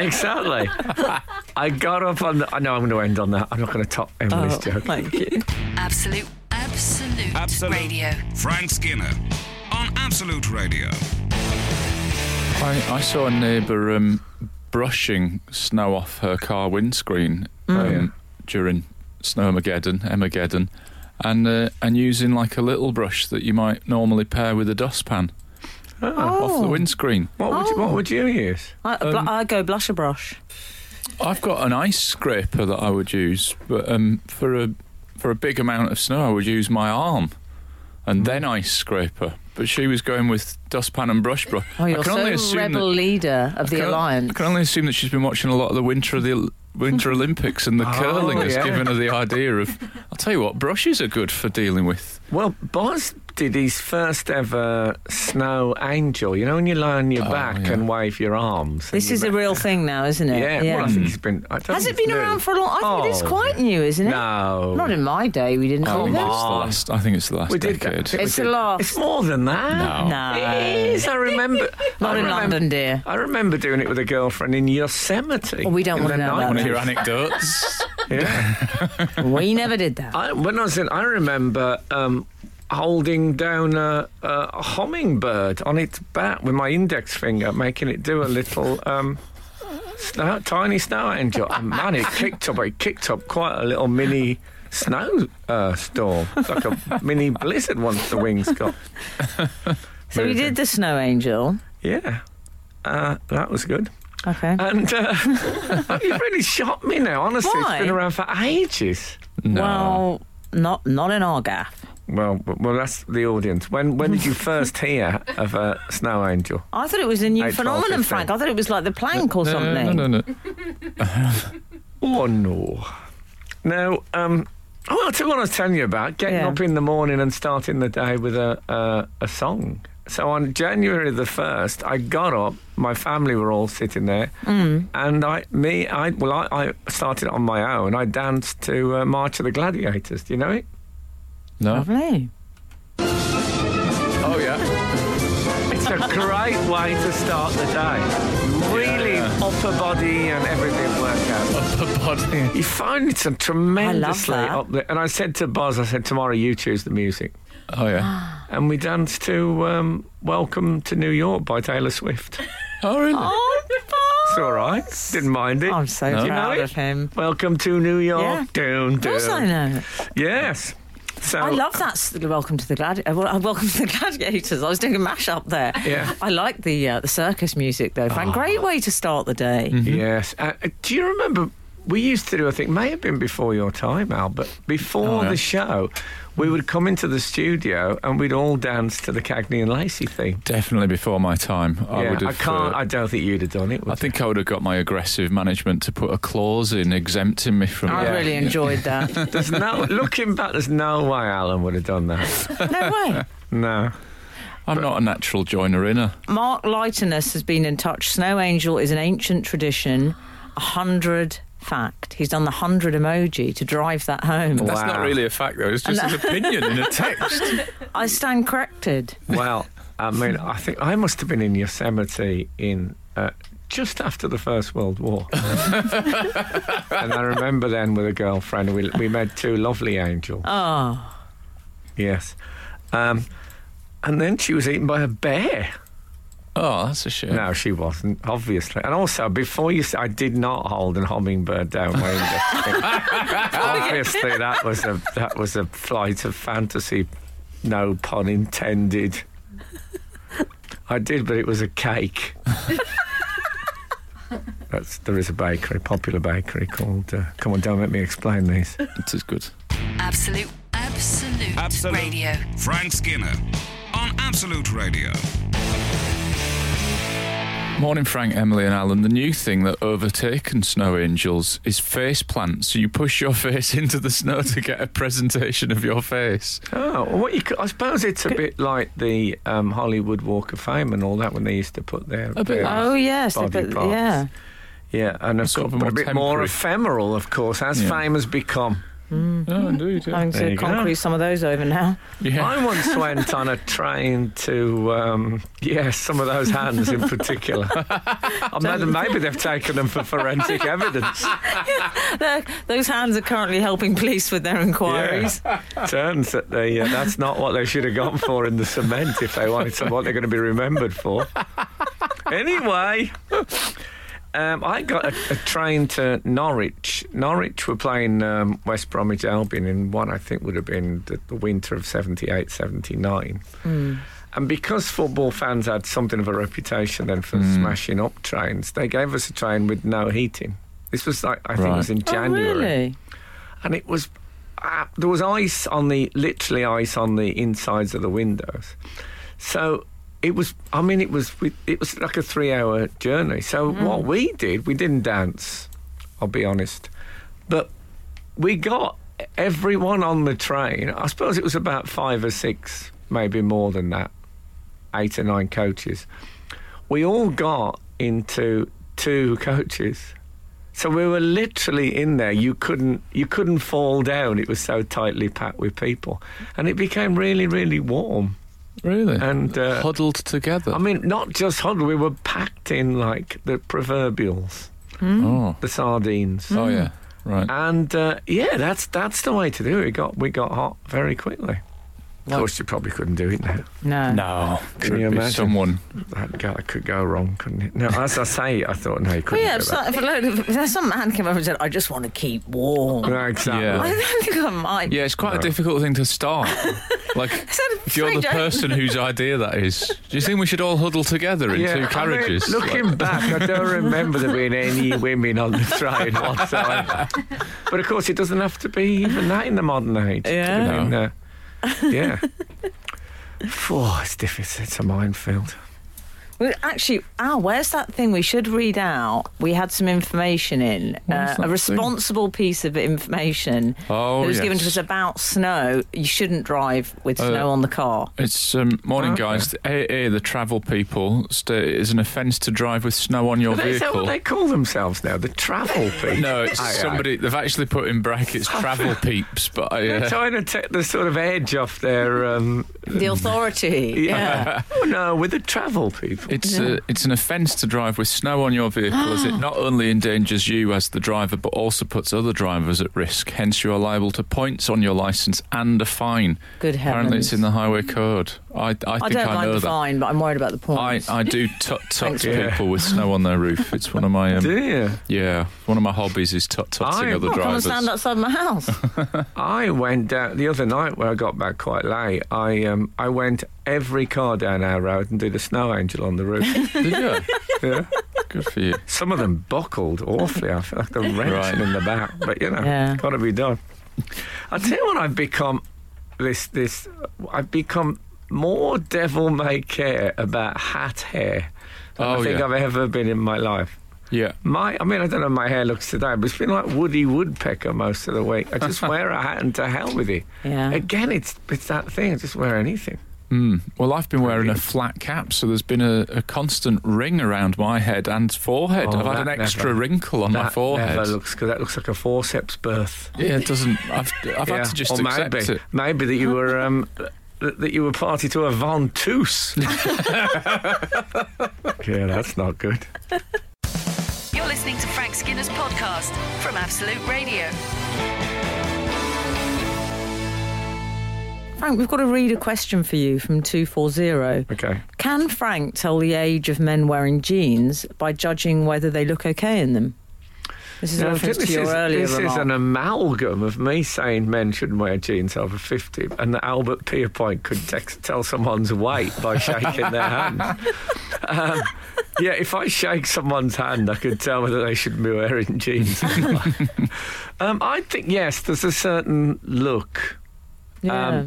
exactly. I got up on. The, I know I'm going to end on that. I'm not going to top Emily's Oh, joke. thank you. Absolute, absolute, Absolute. radio. Frank Skinner on Absolute Radio. [LAUGHS] I, I saw a neighbour um, brushing snow off her car windscreen um, during Snowmageddon, Emageddon, and uh, and using like a little brush that you might normally pair with a dustpan um, off the windscreen. What would Oh. you, what would you use? I, bl- Um, I go blusher brush. I've got an ice scraper that I would use, but um, for a for a big amount of snow, I would use my arm, and then ice scraper. But she was going with dustpan and brush brush. Oh, I you're can only so assume rebel that- leader of the can- alliance. I can only assume that she's been watching a lot of the Winter of the [LAUGHS] Winter Olympics, and the curling has Oh, yeah. given her [LAUGHS] the idea of. I'll tell you what, brushes are good for dealing with. Well, Boz did his first ever snow angel. You know, when you lie on your Oh, back yeah. and wave your arms. this and is you a ma- real thing now, isn't it? Yeah, well, I think it's been. I don't Has think it it's been new. around for a long? I think it is Oh. quite new, isn't it? No. Not in my day. We didn't I call think that. it's the on. last. I think it's the last we did decade. that. I think we It's did- the last. It's more than that. No. It No, is. I remember. [LAUGHS] not I in remem- London, dear. I remember doing it with a girlfriend in Yosemite. Oh, we don't in wanna the know about One of 90s. your anecdotes. Yeah. We never did [LAUGHS] that. I, when I was in, I remember um, holding down a, a hummingbird on its back with my index finger, making it do a little um, snow, tiny snow angel. And man, it kicked up. It kicked up quite a little mini snow uh, storm, It's like a mini blizzard once the wings got. so we did the snow angel. Yeah, uh, that was good. Okay. And uh, [LAUGHS] you've really shot me now. Honestly, it's been Why? around for ages. No. Well, not not in our gaff. Well, well, that's the audience. When when did you first hear of a snow angel? I thought it was a new Eight, twelve, phenomenon, fifteen. Frank. I thought it was like the plank [LAUGHS] or No, something. No, no, no. Oh no! Now, um, oh, I'll tell you what I was telling you about getting Yeah. up in the morning and starting the day with a uh, a song. So on January the first, I got up. My family were all sitting there, and I, me, I, well, I, I started on my own. I danced to uh, March of the [LAUGHS] Gladiators. Do you know it? No. Lovely. Oh yeah. [LAUGHS] great way to start the day. Really yeah. upper body and everything workout. Upper body. You find it's a tremendously that. up there. And I said to Buzz, I said, tomorrow you choose the music. Oh yeah. And we danced to um, Welcome to New York by Taylor Swift. Oh really? Oh, [LAUGHS] It's all right. Didn't mind it. I'm so No. You know proud it? of him. Welcome to New York. Yeah. Down, Of course I know. Yes. So I love that. s- Welcome to the gladi- uh, well, [LAUGHS] uh, Welcome to the gladiators. I was doing a mash up there. Yeah. Ah. I like the uh, the circus music though. Frank, great way to start the day. Yes. Uh, uh, do you remember? We used to do, I think, may have been before your time, Al, but before Oh, yeah. the show, we would come into the studio and we'd all dance to the Cagney and Lacey theme. Definitely before my time. I yeah, would I have. can't. uh, I don't think you'd have done it. would I think I would have got my aggressive management to put a clause in exempting me Oh, from. I Yeah. really enjoyed that. you? [LAUGHS] there's no looking back. There's no way Alan would have done that. no way. No. I'm not a natural joiner inner. Mark Lightiness has been in touch. Snow Angel is an ancient tradition. A hundred fact. He's done the hundred emoji to drive that home. Wow. That's not really a fact though. It's just an opinion [LAUGHS] in a text. I stand corrected. Well, I mean, I think I must have been in Yosemite in uh, just after the First World War, and I remember then with a girlfriend we we met two lovely angels. Oh, Yes, um, and then she was eaten by a bear. Oh, that's a shame. No, she wasn't, obviously. And also, before you, s- I did not hold a hummingbird down my [LAUGHS] index. obviously, that was a that was a flight of fantasy, no pun intended. I did, but it was a [LAUGHS] cake. That's, there is a bakery, popular bakery called. Uh, come on, don't let me explain these. It is good. Absolute, absolute, Absolute. radio. Frank Skinner on Absolute Radio. Morning, Frank, Emily, and Alan. The new thing that overtaken snow angels is face plants. So you push your [LAUGHS] face into the snow to get a presentation of your face. Oh, well, what you could, I suppose it's a bit like the um, Hollywood Walk of Fame and all that when they used to put their. A bit their like- oh yes, Body but- parts. yeah. Yeah, and of Sort course, of a but a more bit more temporary- ephemeral, of course, as Yeah. fame has become. Mm-hmm. Oh, indeed. Having There to you go. concrete some of those over now. Yeah. I once [LAUGHS] went on a train to, um, yeah, some of those hands in [LAUGHS] particular. I mean, maybe they've taken them for forensic evidence. They're- those hands are currently helping police with their inquiries. Turns that they, uh, that's not what they should have gone for in the cement if they wanted to, what they're going to be remembered for. Anyway, um, I got a, a train to Norwich. Norwich were playing um, West Bromwich Albion in what I think would have been the, the winter of 78, 79. Hmm. And because football fans had something of a reputation then for smashing up trains, they gave us a train with no heating. This was like, I think it was Right. in January Oh, really? and it was uh, there was ice on the literally ice on the insides of the windows so it was i mean it was we- it was like a 3 hour journey so what we did we didn't dance i'll be honest but we got everyone on the train i suppose it was about 5 or 6 maybe more than that 8 or 9 coaches we all got into two [LAUGHS] coaches so we were literally in there. You couldn't you couldn't fall down. It was so tightly packed with people, and it became really really warm. Really? And, uh, huddled together. I mean, not just huddled. We were packed in like the proverbials, oh. the sardines. oh, yeah. Right. And Mm. uh, yeah, that's that's the way to do it. We got we got hot very quickly. Of course, you probably couldn't do it now. No. No. Could you be imagine? someone. That, go, that could go wrong, couldn't it? No, as I say, I thought no, you Well, couldn't. Oh, yeah, do it's that. like if, a load of, if some man came over and said, "I just want to keep warm," No, exactly. [LAUGHS] Yeah. I don't think I might. Yeah, it's quite No. a difficult thing [LAUGHS] to start. like, Is that a if you're the strange opening? person whose idea that is, do you think we should all huddle together in two I mean, carriages? looking back, I don't remember there being [LAUGHS] any women on the train whatsoever. but of course, it doesn't have to be even that in the modern age. It could have Yeah. been, uh, yeah. Phew, it's difficult. It's a minefield. We actually, Al, where's that thing we should read out? We had some information in uh, Where's that a thing? responsible piece of information Oh, that was yes. Uh, given to us about snow. You shouldn't drive with snow on the car. It's um, morning, Ah, Okay. guys. The AA, the travel people, st- is an offence to drive with snow on your Is that vehicle. what [LAUGHS] they call themselves now? The travel people? No, [LAUGHS] it's Aye, aye. somebody. They've actually put [LAUGHS] in brackets travel peeps, but I, They're uh, trying to take the sort of edge off their. Um, [LAUGHS] The authority. yeah. [LAUGHS] oh no, with the travel people. it's uh it's an offence to drive with snow on your vehicle, as Ah. it not only endangers you as the driver, but also puts other drivers at risk. Hence, you are liable to points on your licence and a fine. Good Apparently, it's heavens. in the highway code. I, I think [LAUGHS] I, I don't know mind the that. fine, but I'm worried about the I, points. I do [LAUGHS] tut tutting Thanks. Yeah. people with snow on their roof. It's one of my um, Do you? yeah, one of my hobbies is tut tutting I- other Oh, Come and drivers. stand outside my [LAUGHS] house. I went down the other night when I got back quite late. I um, I went every car down our road and did a snow angel on the [LAUGHS] roof. Did [LAUGHS] you? yeah. Good for you. Some of them buckled awfully. I feel like they're wrenching Right. in the back, but you know, Yeah. got to be done. I tell you what, I've become this this. I've become more devil may care about hat hair than I Oh, think yeah. I've ever been in my life. Yeah. My, I mean, I don't know how my hair looks today, but it's been like Woody Woodpecker most of the week. I [LAUGHS] just wear a hat and to hell with it. Yeah. Again, it's it's that thing. I just wear anything. Mm. Well, I've been wearing a flat cap, so there's been a, a constant ring around my head and forehead. Oh, I've had an that extra never- wrinkle on my that forehead. never looks because that looks like a forceps birth. yeah, it doesn't. I've, I've had to just or accept maybe, it. maybe that you were [LAUGHS] um, th- that you were party to a ventouse. [LAUGHS] yeah, that's not good. You're listening to Frank Skinner's podcast from Absolute Radio. Frank, we've got to read a question for you from 240. Okay. Can Frank tell the age of men wearing jeans by judging whether they look okay in them? This is a Now, I reference think to your is, earlier this is remark. an amalgam of me saying men shouldn't wear jeans over 50 and that Albert Pierpoint could text, tell someone's weight [LAUGHS] by shaking their hand. Um, yeah, if I shake someone's hand, I could tell whether they should be wearing jeans. or not. [LAUGHS] um, I think, yes, there's a certain look. yeah. Um,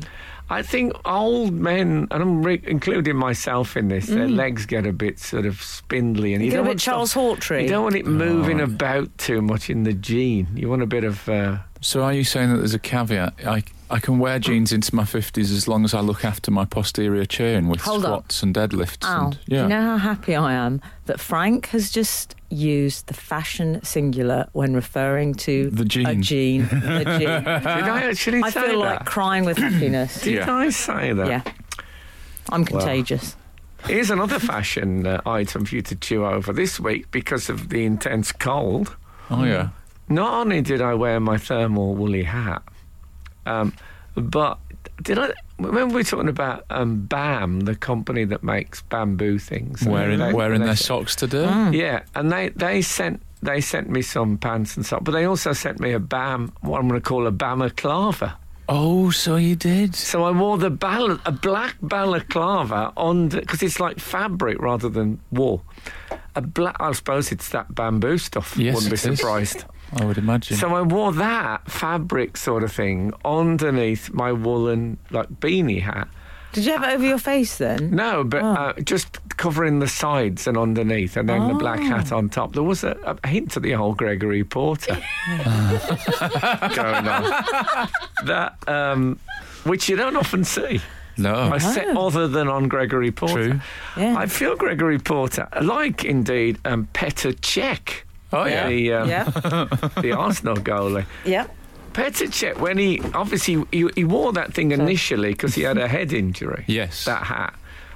I think old men, and I'm re- including myself in this, their legs get a bit sort of spindly, and you, Mm. Get a don't bit want Charles Hawtrey. You don't want it moving about too much in the jean. You want a bit of. Uh, So, are you saying that there's a caveat? I, I can wear jeans into my 50s as long as I look after my posterior chain with Hold on. squats and deadlifts. Al, and, yeah. do you know how happy I am that Frank has just used the fashion singular when referring to The a jean. jean. [LAUGHS] The jean. did I actually Uh, I say feel that? like crying with happiness. did Yeah. I say that? yeah. I'm contagious. Here's another fashion uh, item for you to chew over this week because of the intense cold. Oh, yeah. Not only did I wear my thermal woolly hat, um, but did I? Remember we were talking about um, BAM, the company that makes bamboo things. Wearing, They- wearing they- their socks Hmm. today. Mm. Yeah, and they, they sent they sent me some pants and stuff, but they also sent me a BAM, what I'm going to call a BAMaclava. Oh, so you did. So I wore the bal- a black balaclava on because it's like fabric rather than wool. A black, I suppose it's that bamboo stuff. Yes, Wouldn't be it is. surprised. I would imagine. So I wore that fabric sort of thing underneath my woolen like beanie hat. Did you have it over your face then? No, but Oh. uh, just covering the sides and underneath, and then the Oh. black hat on top. There was a, a hint to the whole Gregory [LAUGHS] Porter [LAUGHS] going on. That um, which you don't often see. no. I said other than on Gregory Porter. True. Yeah. I feel Gregory Porter, like indeed um, Petr Cech. Oh, yeah. The, um, Yeah. the Arsenal goalie. yeah. Petr Cech, when he obviously he, he wore that thing initially because he had a head injury. [LAUGHS] Yes. That hat.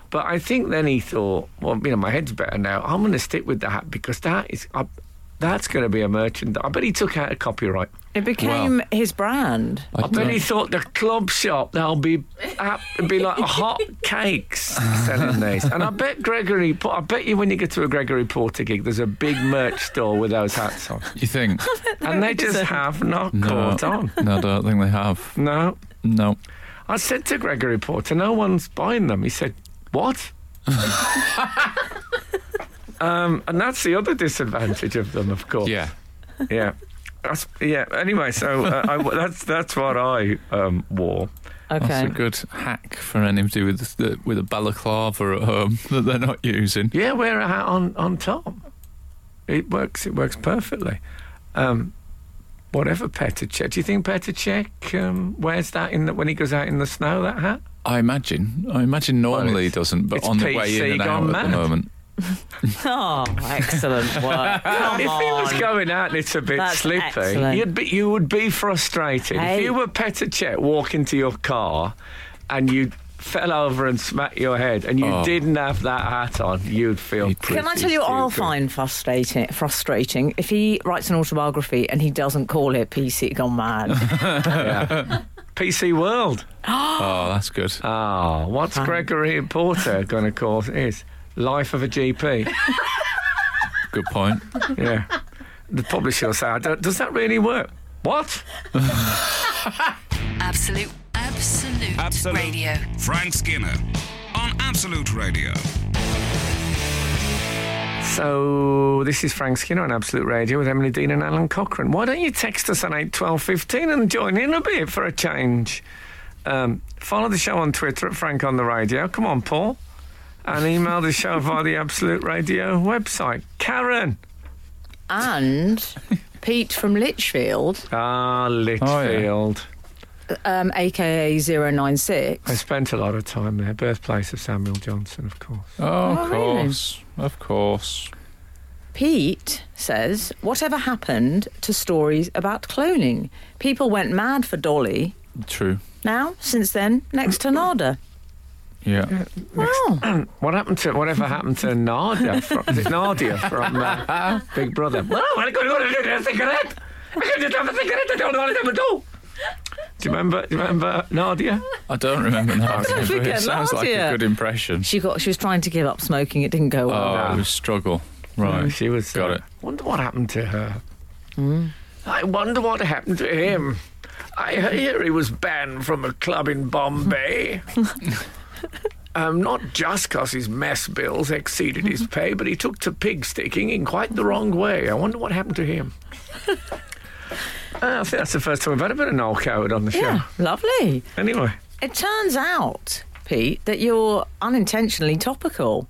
But I think then he thought, well, you know, my head's better now. I'm going to stick with the hat because that is, I, that's going to be a merchandise. I bet he took out a copyright. It became his brand. I bet he thought the club shop they'll be uh, it'd be like hot cakes selling these. And I bet Gregory, Po- I bet you when you get to a Gregory Porter gig, there's a big merch store with those hats on, [LAUGHS] You [LAUGHS] think? and they just have not No, caught on. no, I don't think they have. No, No. I said to Gregory Porter, no one's buying them. He said, what? um, and that's the other disadvantage of them, of course. Yeah. Yeah. That's, yeah. Anyway, so uh, I, that's that's what I um, wore. That's Okay. a good hack for anybody with the, with a balaclava at home [LAUGHS] that they're not using. Yeah, wear a hat on on top. It works. It works perfectly. Um, whatever Petr Cech. Do you think Petr Cech um, wears that in the, when he goes out in the snow? That hat. I imagine. I imagine normally he doesn't, but it's on the PC way in and out gone at the mad. [GASPS] moment. Oh, excellent [LAUGHS] work. Come if he was on. going out and it's a bit That's slippy, excellent. you'd be, you would be frustrated. If Hey. you were Petr Cech walking to your car and you fell over and smacked your head and you Oh. didn't have that hat on, you'd feel pretty Can I tell you what I'll stupid. find frustrating? Frustrating if he writes an autobiography and he doesn't call it PC [LAUGHS] Gone Mad. PC World. Oh, that's good. Ah, what's Gregory Porter going to call his life of a [LAUGHS] GP? Good point. yeah. The publisher will say, "I don't- does that really work? What? Absolute, absolute, Absolute. radio. Frank Skinner on Absolute Radio. So this is Frank Skinner on Absolute Radio with Emily Dean and Alan Cochrane. Why don't you text us on eight twelve fifteen and join in a bit for a change? Um, follow the show on Twitter at Frank on the Radio. Come on, Paul, and email the show via the Absolute Radio website. Karen, and Pete from Litchfield, ah, Oh, Litchfield. um, aka 096. I spent a lot of time there. Birthplace of Samuel Johnson, of course. [LAUGHS] Oh, Oh, of really? course. Of course. Pete says, Whatever happened to stories about cloning? People went mad for Dolly. True. Now, since then, next to nada. Yeah. Wow. What happened to whatever happened to Nadia? From, is it Nadia from uh, Big Brother? [LAUGHS] Well, I couldn't have a cigarette. I couldn't have a cigarette. I don't know what I'm gonna do. Do you remember? Do you remember Nadia? I don't [LAUGHS] remember that. but think I it sounds loved like you. a good impression. She got. She was trying to give up smoking. It didn't go Oh, well. Ah. it was struggle. Right. She was. uh, Got it. Wonder what happened to her. Mm. I wonder what happened to him. I hear he was banned from a club in [LAUGHS] Bombay. um, not just 'cause his mess bills exceeded his pay, but he took to pig sticking in quite the wrong way. I wonder what happened to [LAUGHS] him. Uh, I think that's the first time we've had a bit of Noel Coward on the show. yeah, lovely. Anyway, It turns out, Pete, that you're unintentionally topical.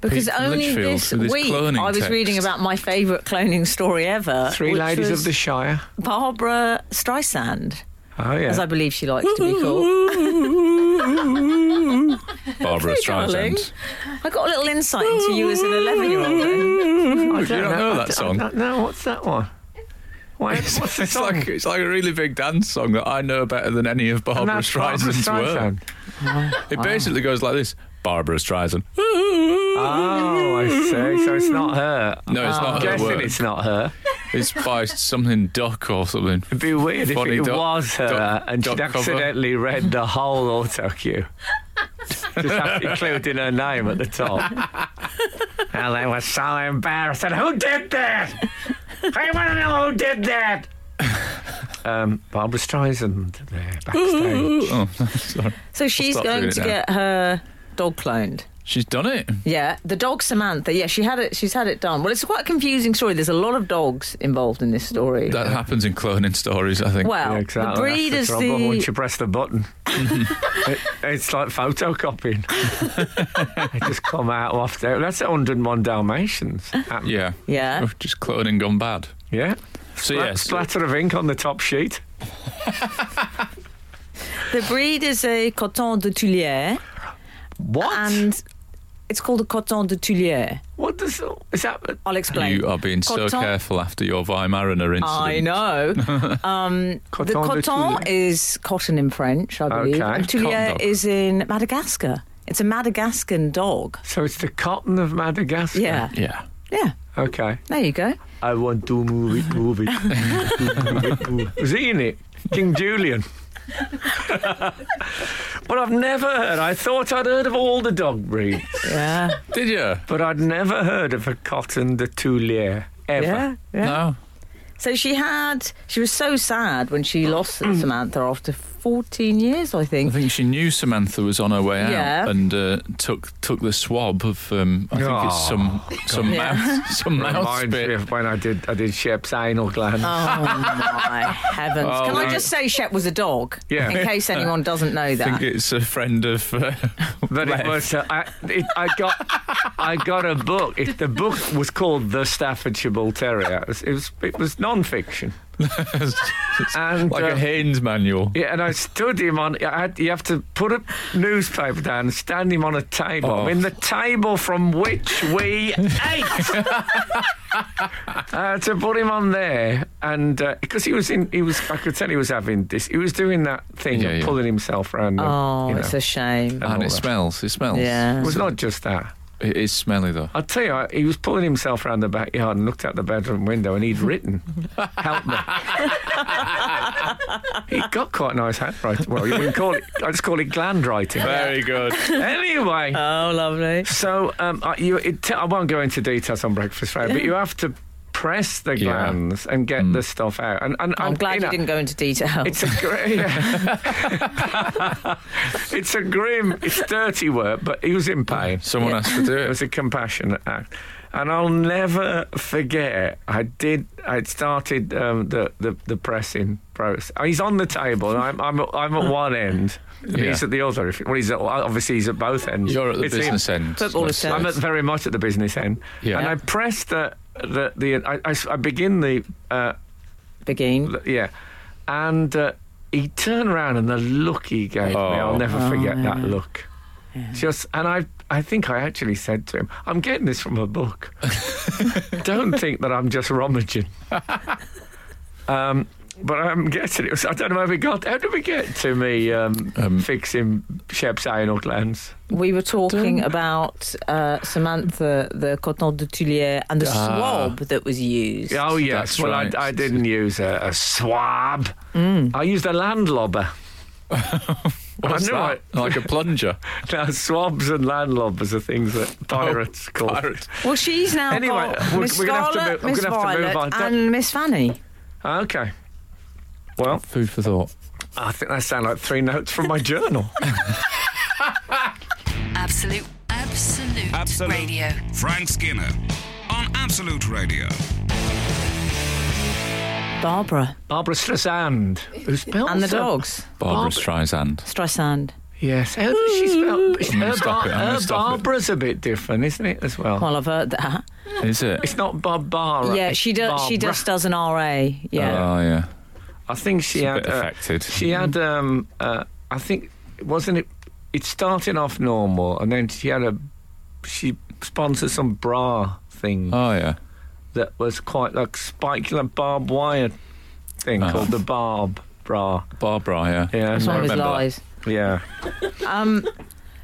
Because Pete only Litchfield this with his week cloning I was text. reading about my favourite cloning story ever. three which ladies was of the Shire. Barbara Streisand, Oh yeah. as I believe she likes to be called. [LAUGHS] Barbara darling. Streisand. I got a little insight into you as an 11 year old. I you don't know that I song? I don't know. What's that one? Why, It's, what's the it's song? like it's like a really big dance song that I know better than any of Barbara And that's Barbra Streisand's work. Streisand. It basically goes like this: Barbara Streisand. Oh, I see. So it's not her. No, it's I'm not her guessing work. it's not her. It's by something duck or something. [LAUGHS] It'd be weird if Funny it duck- was her duck- and she'd duck cover. accidentally read the whole auto [LAUGHS] cue. Just have including her name at the top. and they were so embarrassed. And who did that? I want to know who did [LAUGHS] that. Um, Barbara Streisand there backstage. Oh, sorry. So she's stop going doing to it now. get her dog cloned. She's done it. Yeah, the dog Samantha. Yeah, she had it. She's had it done. Well, it's quite a confusing story. There's a lot of dogs involved in this story. That happens in cloning stories, I think. well, Yeah, exactly. Oh, the breed That's the is trouble. Once you the press the [LAUGHS] button, it, it's like photocopying. [LAUGHS] they just come out off there. That's 101 Dalmatians. Um, yeah. yeah. Oh, Just cloning gone bad. yeah. So Splat- yes, Splatter of ink on the top sheet. The breed is a coton de Tuileries, What? and it's called a coton de Tuileries. what does is that? I'll explain. you are being so Coton- careful after your Weimaraner incident. I know. [LAUGHS] um, Coton the de coton Tuileries. is cotton in French, I believe. Okay. And Cotton Tuileries dog. is in Madagascar. It's a Madagascan dog. So it's the cotton of Madagascar. Yeah. Yeah. Yeah. Okay. There you go. I want to move it, move it. move it, move it. [LAUGHS] Was he in it? King Julian. [LAUGHS] but I've never heard. I thought I'd heard of all the dog breeds. Yeah. Did you? But I'd never heard of a cotton de Tuileries ever. yeah. Yeah. No. Mm. So she had, she was so sad when she lost Samantha after f- 14 years, I I [LAUGHS] think. think she knew Samantha was on her way out Yeah. and uh, took took the swab of um, I think it's some some Yeah. mouth some mouth Oh, Reminds me spit. of when I did I did Shep's anal gland. Oh my heavens! Oh, Can I right. just say Shep was a dog? Yeah. In case anyone doesn't know I that. think it's a friend of. [LAUGHS] Uh, But Lev. it was uh, I, it, I got I got a book. It, the book was called The Staffordshire Bull Terrier. It was it was, it was non-fiction. and [LAUGHS] like a uh, Haynes manual. Yeah, and I stood him on. I had, you have to put a newspaper down and stand him on a table. Oh. I mean, the table from which [LAUGHS] we ate. [LAUGHS] uh, to put him on there, and because he was in, he was. I could tell he was having this. He was doing that thing Yeah, of yeah. pulling himself around. and, oh, you know. it's a shame. all And it that. smells. It smells. Yeah. It was not just that. It is smelly though. I'll tell you, I- he was pulling himself around the backyard and looked out the bedroom window, and he'd written, "Help [LAUGHS] me." he got quite nice handwriting. Well, you wouldn't call it. I just call it gland writing. Very good. anyway, Oh, lovely. so um, I- you, it t- I won't go into details on breakfast right, but you have to press the Yeah. glands and get the stuff out. And, and I'm and, glad you know, didn't go into detail. It's a grim. [LAUGHS] [LAUGHS] it's a grim. It's dirty work, but he was in pain. Someone has to do It it. was a compassionate act. And I'll never forget. I did. I started um, the, the the pressing process. Uh, He's on the table. [LAUGHS] And I'm I'm at- I'm at one end. and Yeah. He's at the other. If- Well, he's at, obviously he's at both ends. You're at the It's him. business end. Footballer let's say. sense. I'm at very much at the business end. Yeah. And Yeah. I press the the the. I, I s- I begin the. Uh, Begin. th- yeah, and uh, he turned around and the look he gave me, Oh. I'll never Oh, forget that yeah. look. Just and I, I think I actually said to him, "I'm getting this from a [LAUGHS] book. Don't think that I'm just rummaging." um, but I'm getting it. It was- I don't know where we got. How did we get to me um, Um, fixing Shep's anal glands? We were talking about uh, Samantha, the Coton de Tuileries, and the Ah. swab that was used. Oh yes. That's well, right. I, I didn't use a, a swab. Mm. I used a landlobber. What's I knew that? Like a plunger. Now, swabs and landlubbers are things that [LAUGHS] pirates call. Oh, Pirate. Well, she's now Anyway, got we're- Miss we're gonna have to Scarlet, move- I'm Miss gonna have to move Violet, on. Don't- and Miss Fanny. Okay. Well, Food for thought. I think that sound like three notes from my [LAUGHS] journal. Absolute, absolute, Absolute. radio. Frank Skinner on Absolute Radio. Barbara Barbara Streisand, who spells and the her- dogs. Barbara Barbara- Streisand. Streisand. Yes, how does she spell? I'm gonna Her, stop Bar- it, I'm gonna her stop it. Barbara's a bit different, isn't it? As well, Well, I've heard that. Is it? it's not Barbara. Yeah, she does. She Barbara. Uh, just does an RA. Yeah. Oh yeah. I think she It's a had bit uh, affected. Mm-hmm. She had. Um, uh, I think wasn't it? It started off normal, and then she had a. She sponsored some bra thing. Oh yeah. that was quite like spiked, like barbed wire thing Oh. called the barb bra. Barbara. Yeah. Yeah, That's one I of his remember that. lies. yeah.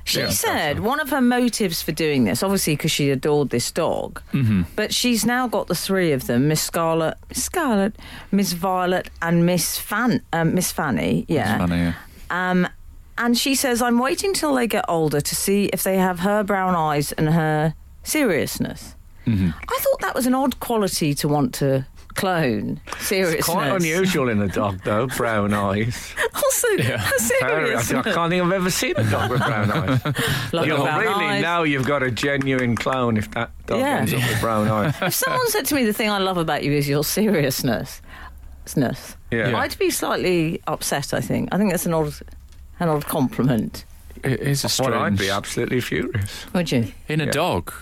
She Yeah, said one of her motives for doing this, obviously because she adored this dog, Mm-hmm. but she's now got the three of them: Miss Scarlet, Miss Scarlet, Miss Violet, and Miss Fan, um, Miss Fanny. Yeah. Funny, yeah. Um, and she says, "I'm waiting till they get older to see if they have her brown eyes and her seriousness." Mm-hmm. I thought that was an odd quality to want to clone seriousness. It's quite unusual in a dog, though, brown eyes. [LAUGHS] Also, her Very- I, [LAUGHS] seriousness. I can't think I've ever seen a dog with brown eyes. [LAUGHS] Like You'll the brown really eyes. know you've got a genuine clone if that dog Yeah. ends up with brown [LAUGHS] eyes. [LAUGHS] If someone said to me, "The thing I love about you is your seriousness," sness, Yeah. I'd be slightly upset. I think. I think that's an odd, an odd compliment. It is a strange. Well, I'd be absolutely furious. Would you? In a Yeah. Hmm, dog,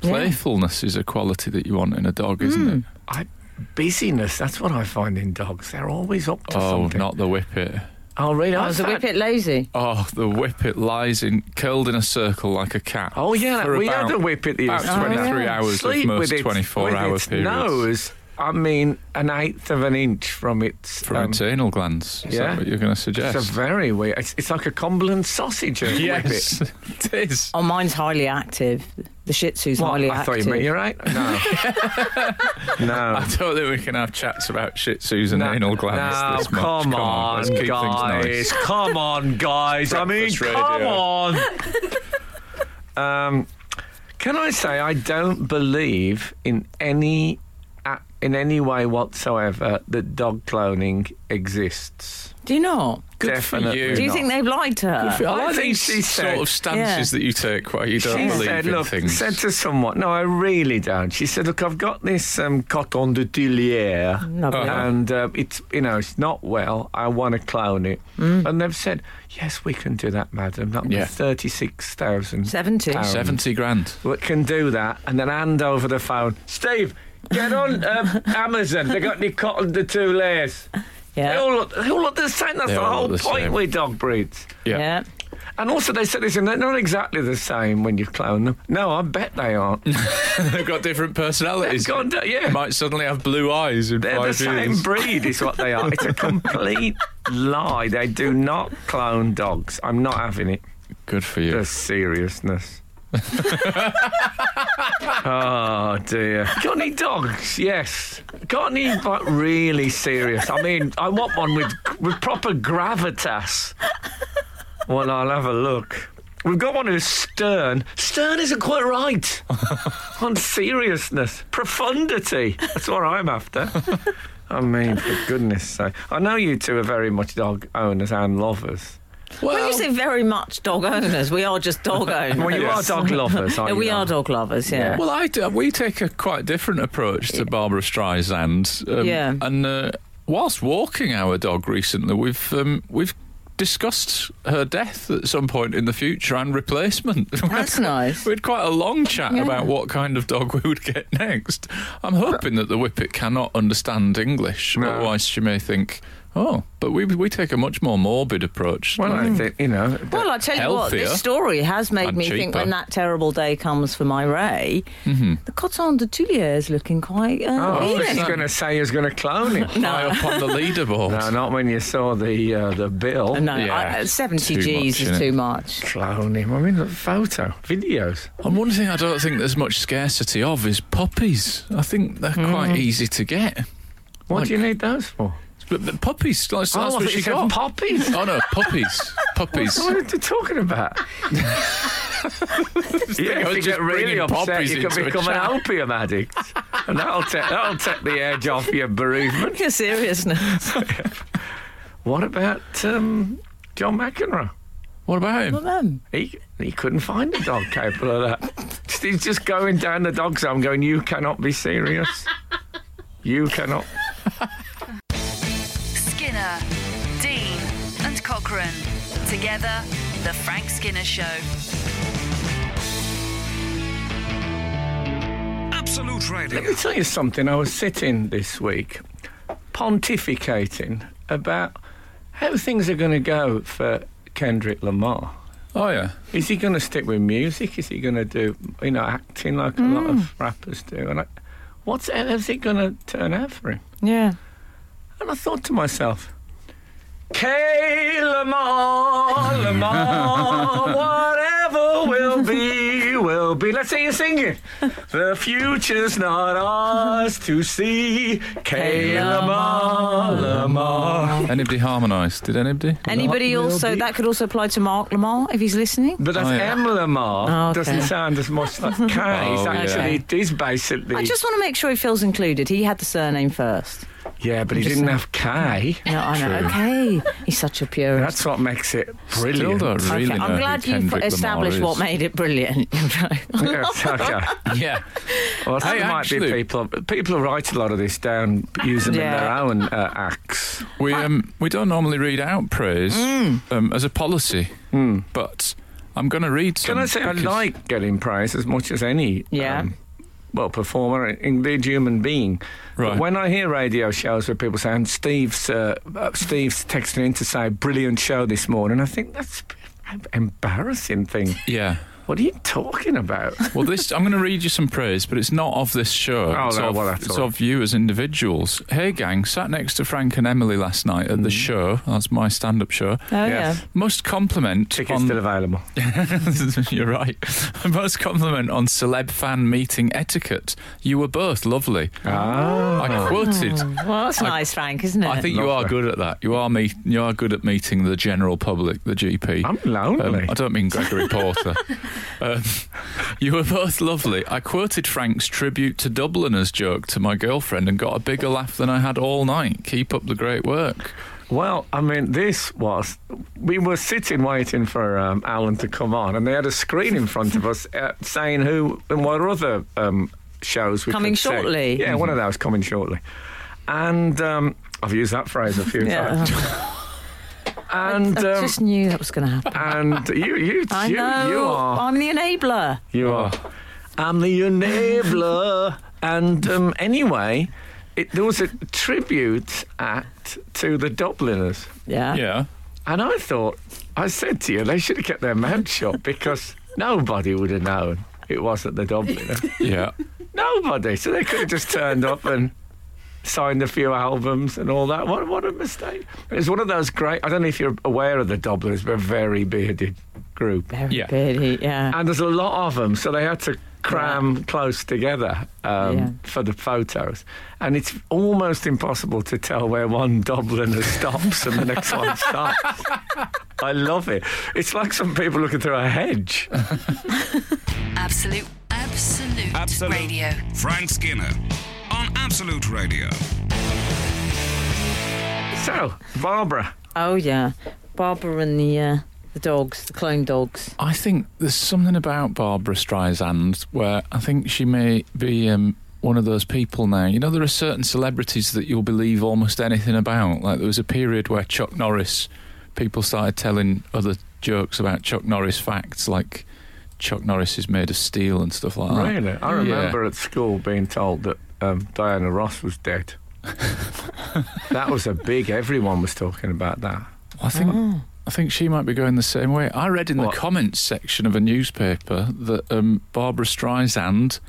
Yeah. playfulness is a quality that you want in a dog, isn't it? I, busyness, that's what I find in dogs. They're always up to Oh, something. not the whippet. Oh, really? I was a found- whippet lazy. Oh, the whippet lies in curled in a circle like a cat. Oh, yeah, for we about, had a whippet the about other day. 23 yeah. hours sleep of most with its, 24 with hour its periods. nose. I mean, an eighth of an inch from its. From um, its anal glands. Is yeah. that what you're going to it's suggest? a very weird. It's, it's like a Cumberland sausage. a yes, [LAUGHS] whippet. it is. Oh, mine's highly active. The Shih Tzu's What? highly I thought active. you meant you're right. No, [LAUGHS] no. I don't think we can have chats about Shih Tzus and No, anal glands no, this much. come, on, on, let's keep guys! things nice. Come on, guys! I mean, Breakfast come radio. on. um, can I say I don't believe in any a- in any way whatsoever that dog cloning exists. Do you not? Good for Definitely. you. not. Do you think they've lied to her? I like I think these she sort said- of stances Yeah. that you take where you don't she believe said, in look, things. said to someone, no, I really don't. She said, look, I've got this um, coton de Tuileries, Lovely. and uh, it's you know it's not well. I want to clone it, Mm. and they've said, yes, we can do that, madam. That Yeah. was thirty six thousand 70. pounds. Seventy grand. That can do that, and then hand over the phone, Steve. Get on [LAUGHS] um, Amazon. They got the cotton de Tuileries. They Yeah. all look, they all look the same. That's They the all whole look the point same. with dog breeds. Yeah. Yeah. And also, they said this, and they're not exactly the same when you clone them. No, I bet they aren't. [LAUGHS] They've got different personalities. They've gone down- yeah. Might suddenly have blue eyes in They're the five same years. breed, is what they are. It's a complete lie. They do not clone dogs. I'm not having it. Good for you. The seriousness. oh dear. Got any dogs? Yes. Got any like really serious? I mean, I want one with with proper gravitas. Well, I'll have a look. We've got one who's stern. Stern isn't quite right. On seriousness, profundity. That's what I'm after. I mean, for goodness sake. I know you two are very much dog owners and lovers. When you say very much dog owners, we are just dog owners. [LAUGHS] Well, you are dog lovers, [LAUGHS] aren't No, you? we are dog lovers, yeah. Well, I do- we take a quite different approach to Barbara Streisand. um, Yeah. And uh, whilst walking our dog recently, we've um, we've discussed her death at some point in the future and replacement. [LAUGHS] That's nice. We had quite a long chat about what kind of dog we would get next. I'm hoping that the whippet cannot understand English, No. otherwise she may think, "Oh, but we we take a much more morbid approach." Well, I think, you know. Well, I tell you what, healthier this story has made and me think cheaper. Mm-hmm. when that terrible day comes for my Ray, the Coton de Tuileries is looking quite uh, Oh, I was appealing. going to say he was going to clone it. [LAUGHS] high up on the leaderboard. no, not when you saw the uh, the bill. No, Yeah, I, uh, it's 70 too G's much, is innit? too much. [LAUGHS] Clone him. I mean, look, photo, videos. And one thing I don't think there's much scarcity of is puppies. I think they're Hmm. quite easy to get. What Like- do you need those for? But, but puppies, that's, Oh, I that's thought what you she said got. [LAUGHS] poppies. oh no, [LAUGHS] puppies, puppies. What are you talking [LAUGHS] about? yeah, I if was you just get really bringing upset, poppies you into can a become an chat. opium addict, and that'll take that'll take the edge off your bereavement. Your seriousness. What about um, John McEnroe? What about him? them. He he couldn't find a dog capable of that. Just- He's just going down the dog zone, going, "You cannot be serious. You cannot." Skinner, Dean, and Cochrane. Together, The Frank Skinner Show. Absolute Let me Radio. tell you something. I was sitting this week pontificating about how things are going to go for Kendrick Lamar. Oh yeah. Is he going to stick with music? Is he going to do, you know, acting like a lot of rappers do? And I, what's how's it going to turn out for him? Yeah. And I thought to myself, Kay Lamar, Lamar, whatever will be, will be. Let's say you sing it. The future's not ours to see. Kay Lamar, Lamar. Anybody harmonised? Did anybody? Anybody will also, be- that could also apply to Mark Lamar if he's listening. But that's Oh, yeah. M Lamar. Oh, okay. Doesn't sound as much [LAUGHS] like Kay. Oh, It's yeah. actually, it is basically. I just want to make sure he feels included. He had the surname [LAUGHS] first. yeah, but he just didn't have Kay. No, I know. Okay. He's such a purist. That's what makes it Still brilliant. [LAUGHS] don't really okay. know I'm who glad you Kendrick Lamar established what is. made it brilliant. [LAUGHS] Oh, Yes, okay. Yeah. Well, Hey, there might actually- be people. People write a lot of this down using them in their Yeah. own uh, acts. We um we don't normally read out praise Hmm. um, as a policy, but I'm going to read. Some Can I say I because- like getting praise as much as any? um, Yeah. well, performer, indeed, human being. Right. But when I hear radio shows where people say, "And Steve's uh, uh, Steve's texting in to say brilliant show this morning," I think that's an embarrassing thing. Yeah. what are you talking about? Well, this I'm going to read you some praise, but it's not of this show. Oh, it's no, of, well, that's it's all right. of you as individuals. Hey, gang, sat next to Frank and Emily last night at the Mm. show. That's my stand-up show. Oh, Yes. yeah. Most compliment Tickets on still available. [LAUGHS] You're right. Most compliment on celeb fan meeting etiquette. You were both lovely. Ah. I quoted. Mm. Well, that's nice, Frank, isn't it? I think you are good at that. You are meet, You are good at meeting the general public, the GP. I'm lonely. I don't mean Gregory Porter. Um, you were both lovely. I quoted Frank's tribute to Dubliners joke to my girlfriend and got a bigger laugh than I had all night. Keep up the great work. Well, I mean, this was. We were sitting waiting for um, Alan to come on, and they had a screen in front of us uh, saying who and what other um, shows we Coming could see. shortly. Yeah, one of those coming shortly. And um, I've used that phrase a few Yeah. [LAUGHS] times. And I um, just knew that was going to happen. and you you I you, know. you are I'm the enabler. you are. I'm the enabler. and um, anyway, it, there was a tribute act to the Dubliners. Yeah. Yeah. And I thought, I said to you, they should have kept their mouth shut because [LAUGHS] nobody would have known it wasn't the [LAUGHS] Dubliners. Yeah. nobody. So they could have just turned up and signed a few albums and all that. What, what a mistake. It was one of those great, I don't know if you're aware of the Dubliners, but a very bearded group. Very Yeah. beardy, yeah. And there's a lot of them, so they had to cram close together um, Yeah. for the photos. And it's almost impossible to tell where one [LAUGHS] Dubliner stops and the next [LAUGHS] one starts. I love it. It's like some people looking through a hedge. Absolute, absolute, Absolute. radio. Frank Skinner on Absolute Radio. So, Barbara, Oh yeah, Barbara and the uh, the dogs, the clone dogs. I think there's something about Barbara Streisand where I think she may be um, one of those people now. You know, there are certain celebrities that you'll believe almost anything about. Like there was a period where Chuck Norris, people started telling other jokes about Chuck Norris facts, like Chuck Norris is made of steel and stuff like that. really? I remember at school being told that um, Diana Ross was [LAUGHS] dead. that was a big, everyone was talking about that. I think Oh. I think she might be going the same way. I read in What? the comments section of a newspaper that um, Barbara Streisand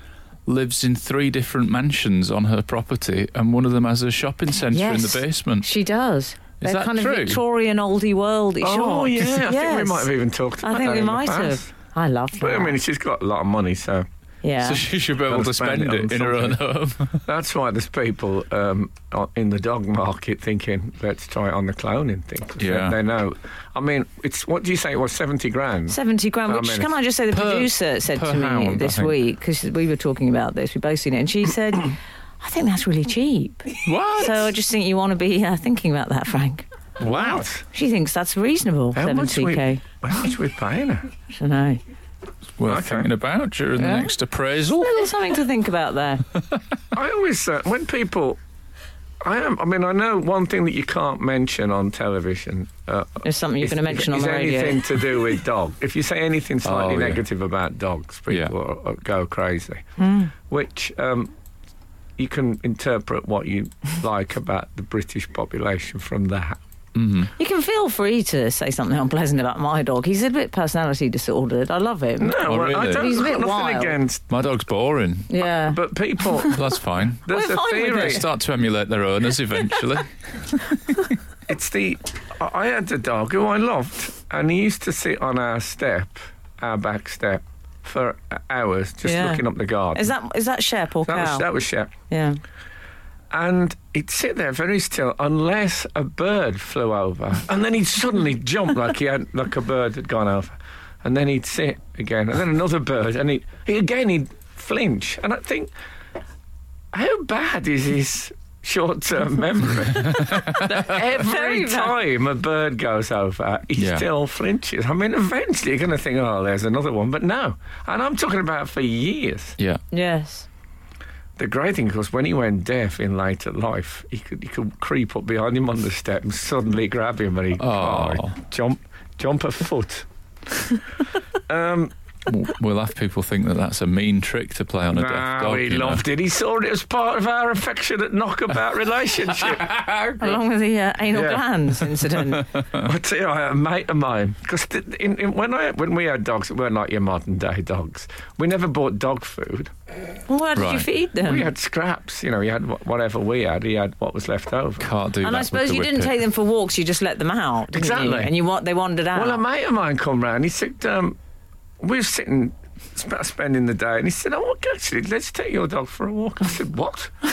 lives in three different mansions on her property, and one of them has a shopping centre in Yes. the basement. She does. They're that kind true? of Victorian oldie worldy. Oh, shorts. yeah. I think we Yes. might have even talked about I think that we in the might past. have. I love that. But I mean, she's got a lot of money, so yeah. So she should be able Gotta to spend spend it on it in her own home. [LAUGHS] That's why there's people um, o- in the dog market thinking, let's try it on the cloning thing. 'cause Yeah. They, they know. I mean, it's what do you say it was, 70 grand? Seventy grand. How Which many? can I just say? The Per- producer said per to me hound, I this think. week because we were talking about this. We both seen it, and [COUGHS] she said, "I think that's really cheap." what? So I just think you want to be uh, thinking about that, Frank. wow. She thinks that's reasonable. How much, Seventy we, k. how much we paying her? I know. Worth Okay. thinking about during Yeah. the next appraisal. Well, There's something to think about there. I always, uh, when people, I am, I mean, I know one thing that you can't mention on television. Uh, There's something you're is- going to mention on is the radio. anything to do with dog. If you say anything slightly Oh, yeah. negative about dogs, people Yeah. are- are- go crazy. Hmm. Which um, you can interpret what you like about the British population from that. You can feel free to say something unpleasant about my dog. He's a bit personality disordered. I love him. No, Oh, well, I really? don't. He's a bit nothing wild. against, My dog's boring. Yeah. but [LAUGHS] people. That's fine. There's We're a fine with theory. They start to emulate their owners [LAUGHS] eventually. It's the. I I had a dog who I loved, and he used to sit on our step, our back step, for hours just Yeah. looking up the garden. is that is that Shep or that Cow? was that was Shep. yeah. and he'd sit there very still unless a bird flew over, and then he'd suddenly jump like he had like a bird had gone over, and then he'd sit again, and then another bird, and he, he again he'd flinch, and I think how bad is his [LAUGHS] short-term memory? That Very every bad. time a bird goes over, he Yeah. still flinches. I mean, eventually you're going to think, oh, there's another one, but no, and I'm talking about for years. yeah. Yes. The great thing was when he went deaf in later life, he could he could creep up behind him on the step and suddenly grab him and he Oh. jump jump a foot. um, W- We'll have people think that that's a mean trick to play on a deaf nah, dog. we you know. loved it. Ah, He saw it as part of our affectionate [LAUGHS] knockabout relationship. Along with the uh, anal Yeah. [LAUGHS] glands incident. I tell you, I had a mate of mine because in, in, when I when we had dogs, it weren't like your modern day dogs. We never bought dog food. well, where did you Right. feed them? We Mm. had scraps. You know, he had wh- whatever we had. He had what was left over. Can't do that. and I with suppose the you didn't whippet. take them for walks. You just let them out. Didn't You? Exactly. And you wa- they wandered out. Well, a mate of mine come round. He said, um, "We were sitting, sp- spending the day," and he said, "Oh, well, actually, let's take your dog for a walk." I said, "What?" [LAUGHS] he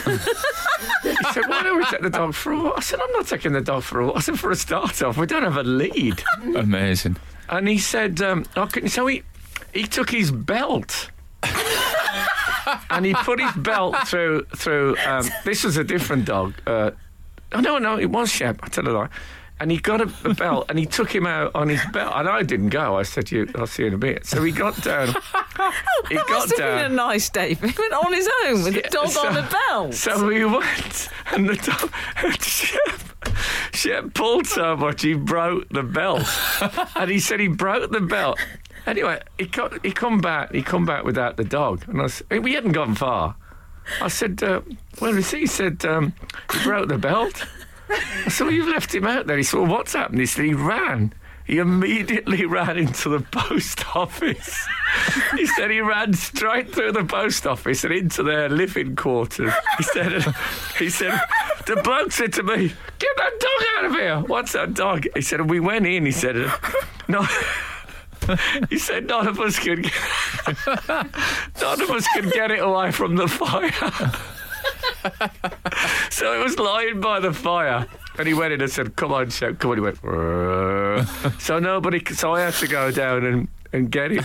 said, "Why don't we take the dog for a walk?" I said, "I'm not taking the dog for a walk." I said, "For a start off, we don't have a lead." Amazing. and he said, um, "Oh, can you?" So he He took his belt. and he put his belt through through. Um, this was a different dog. Uh, oh no, no, it was Shep. I tell a lie. And he got a, a belt and he took him out on his belt. And I didn't go. I said, to "You, I'll see you in a bit." So he got [LAUGHS] down. he That must have been a nice day. [LAUGHS] He went on his [LAUGHS] own with a dog so- on a belt. So we went, and the dog, [LAUGHS] and Shep, Shep pulled so much he broke the [LAUGHS] belt, and he said he broke the belt. Anyway, he co- he come back, he come back without the dog, and I s- we hadn't gone far. I said, uh, "Where is he?" He said, um, "He broke the belt." I said, "Well, you've left him out there." He said, "Well, what's happened?" He said, "He ran." He immediately [LAUGHS] ran into the post office. [LAUGHS] he said he ran straight through the post office and into their living quarters. He said, [LAUGHS] "He said the bloke said to me, get that dog out of here. What's that dog?" He said, "We went in." He said, "No." [LAUGHS] He said, "None of us could, get, [LAUGHS] none of us could get it away from the fire." [LAUGHS] So it was lying by the fire. And he went in and said, Come on, Shep, come on. He went, "Rrrr." So nobody, c- so I had to go down and, and get him.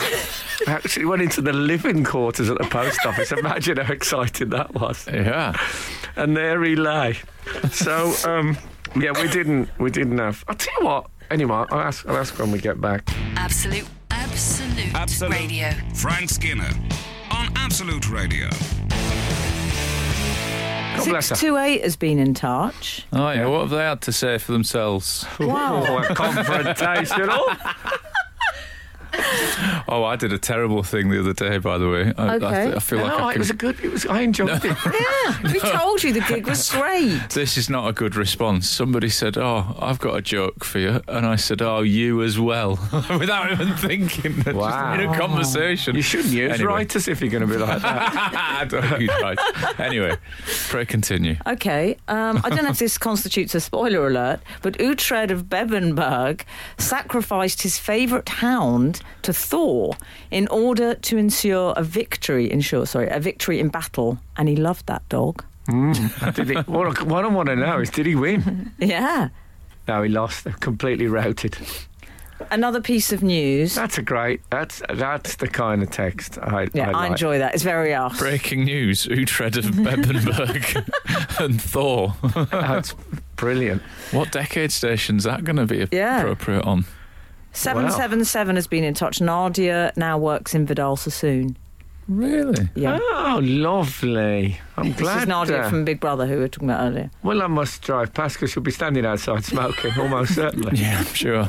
I actually went into the living quarters at the post office. Imagine how exciting that was. Yeah. And there he lay. So, um, yeah, we didn't, we didn't have. I'll tell you what, anyway, I'll ask, I'll ask when we get back. Absolute, absolute, Absolute. radio. Frank Skinner on Absolute Radio. God bless her. 628 has been in touch. Oh yeah. What have they had to say for [LAUGHS] themselves? Wow. Oh, [LAUGHS] confrontational. Oh, I did a terrible thing the other day. By the way, I, I, Okay. I feel like no, I it was a can, good, it was, I enjoyed it. [LAUGHS] We told you the gig [LAUGHS] was great. this is not a good response. Somebody said, "Oh, I've got a joke for you," and I said, "Oh, you as well," [LAUGHS] without even thinking. [LAUGHS] Just Wow. in a conversation. You shouldn't use Anyway. writers if you're going to be like that. [LAUGHS] I [LAUGHS] don't use right. Anyway, pray continue. Okay, um, I don't know if this constitutes a spoiler alert, but Uhtred of Bebenberg sacrificed his favourite hound to Thor in order to ensure a victory. Ensure, sorry, a victory in battle, and he loved that dog. Did he, what, I, what I want to know is, did he win? Yeah. No, he lost. They're completely routed. Another piece of news. That's a great. That's that's the kind of text I. Yeah, I, like. enjoy that. It's very us. Breaking news: Utrecht of Bebenberg [LAUGHS] and Thor. That's brilliant. What decade station's that going to be Yeah. appropriate on? Seven seven seven has been in touch. Nadia now works in Vidal Sassoon. Really? Yeah. Oh, lovely. I'm This glad. is Nadia uh, from Big Brother, who we were talking about earlier. well, I must drive past because she'll be standing outside smoking, almost [LAUGHS] certainly. Yeah, I'm sure.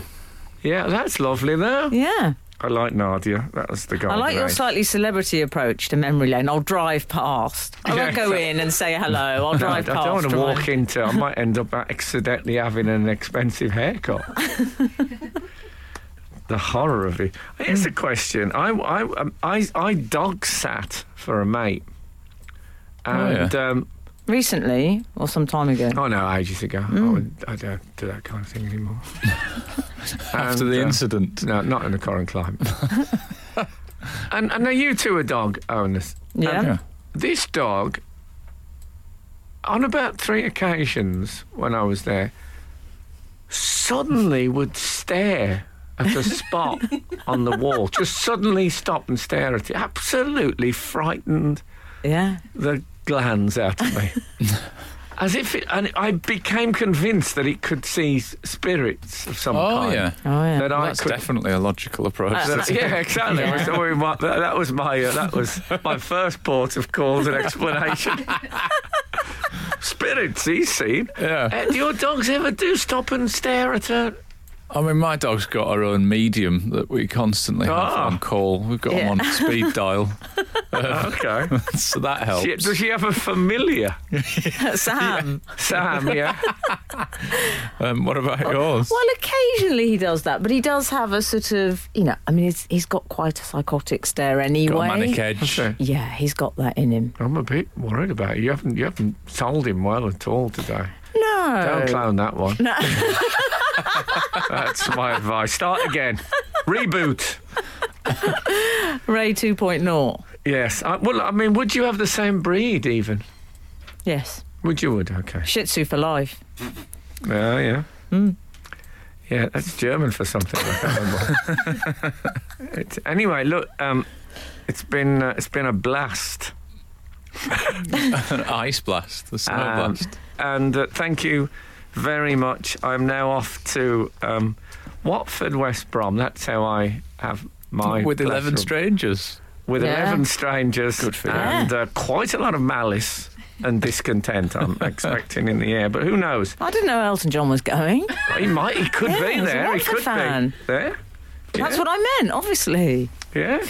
Yeah, that's lovely though. Yeah. I like Nadia. That was the guy. I like your slightly celebrity approach to memory lane. I'll drive past. I won't Yeah, go exactly. in and say hello. I'll No, I drive past. don't want to and walk I- into. I might end up accidentally having an expensive [LAUGHS] haircut. the horror of it. Here's a question. I I um, I, I dog sat for a mate, and Oh, yeah. um, Recently, or some time ago. oh no, ages ago. Mm. I, would, I don't do that kind of thing anymore. [LAUGHS] After And, the uh, incident. No, not in the current [LAUGHS] climate. and and now you two are dog owners. Yeah. Yeah. this dog, on about three occasions when I was there, suddenly would stare at a spot on the wall. Just suddenly stop and stare at it. Absolutely frightened Yeah. the glands out of me. As if it, and I became convinced that it could see s- spirits of some Oh kind. yeah. Oh, yeah. [LAUGHS] That I That's could Uh, definitely a logical approach. that- yeah, exactly. Yeah. So we might- that, that was my uh, that was my first port of call and explanation. Spirits, he's seen. Yeah. Uh, do your dogs ever do stop and stare at a? I mean, my dog's got her own medium that we constantly have Ah. on call. We've got Yeah. him on speed dial, [LAUGHS] Okay. so that helps. She- does she have a familiar? Sam. Sam, yeah. Um, what about yours? Well, occasionally he does that, but he does have a sort of, you know, I mean, it's, he's got quite a psychotic stare anyway. Got a manic edge. Okay. Yeah, he's got that in him. I'm a bit worried about you. You haven't you haven't sold him well at all today. No. Don't clown that one. No. [LAUGHS] That's my advice. Start again. Reboot. Ray oh. 2.0. Yes. I, well, I mean, would you have the same breed even? Yes. Would you? Would okay. Shih Tzu for life. Yeah, yeah. Yeah, that's German for something. I can't [LAUGHS] remember. It's- anyway, look, um, it's been uh, it's been a blast, An ice blast, the snow Um, blast. and uh, thank you very much. I'm now off to um, Watford West Brom. That's how I have my With pleasure- 11 strangers. with Yeah. eleven strangers Good for you. and Ah. uh, quite a lot of malice and discontent. I'm [LAUGHS] expecting in the air, but who knows? I didn't know Elton John was going. He might. He could Yeah, be he's a there. He Watford could fan. be there. That's Yeah. what I meant, obviously. Yeah.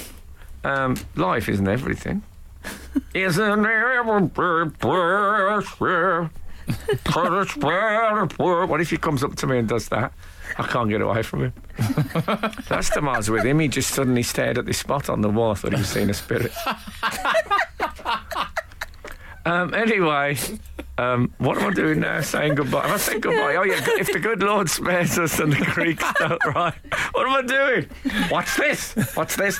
Um, life isn't everything. isn't everything. what if he comes up to me and does that? I can't get away from him. That's the matter with him. He just suddenly stared at this spot on the wall. Thought he was seeing a spirit. um, anyway, um, what am I doing now? Saying goodbye. Am I saying goodbye? Oh yeah. If the good Lord spares us and the creeks don't rise, what am I doing? What's this? What's this?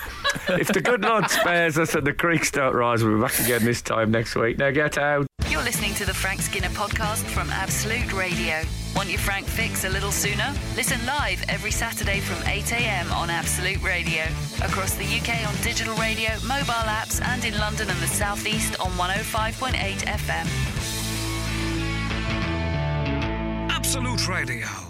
If the good Lord spares us and the creeks don't rise, we'll be back again this time next week. Now get out. You're listening to the Frank Skinner podcast from Absolute Radio. Want your Frank fix a little sooner? Listen live every Saturday from 8 a.m. on Absolute Radio. Across the UK on digital radio, mobile apps, and in London and the South East on 105.8 FM. Absolute Radio.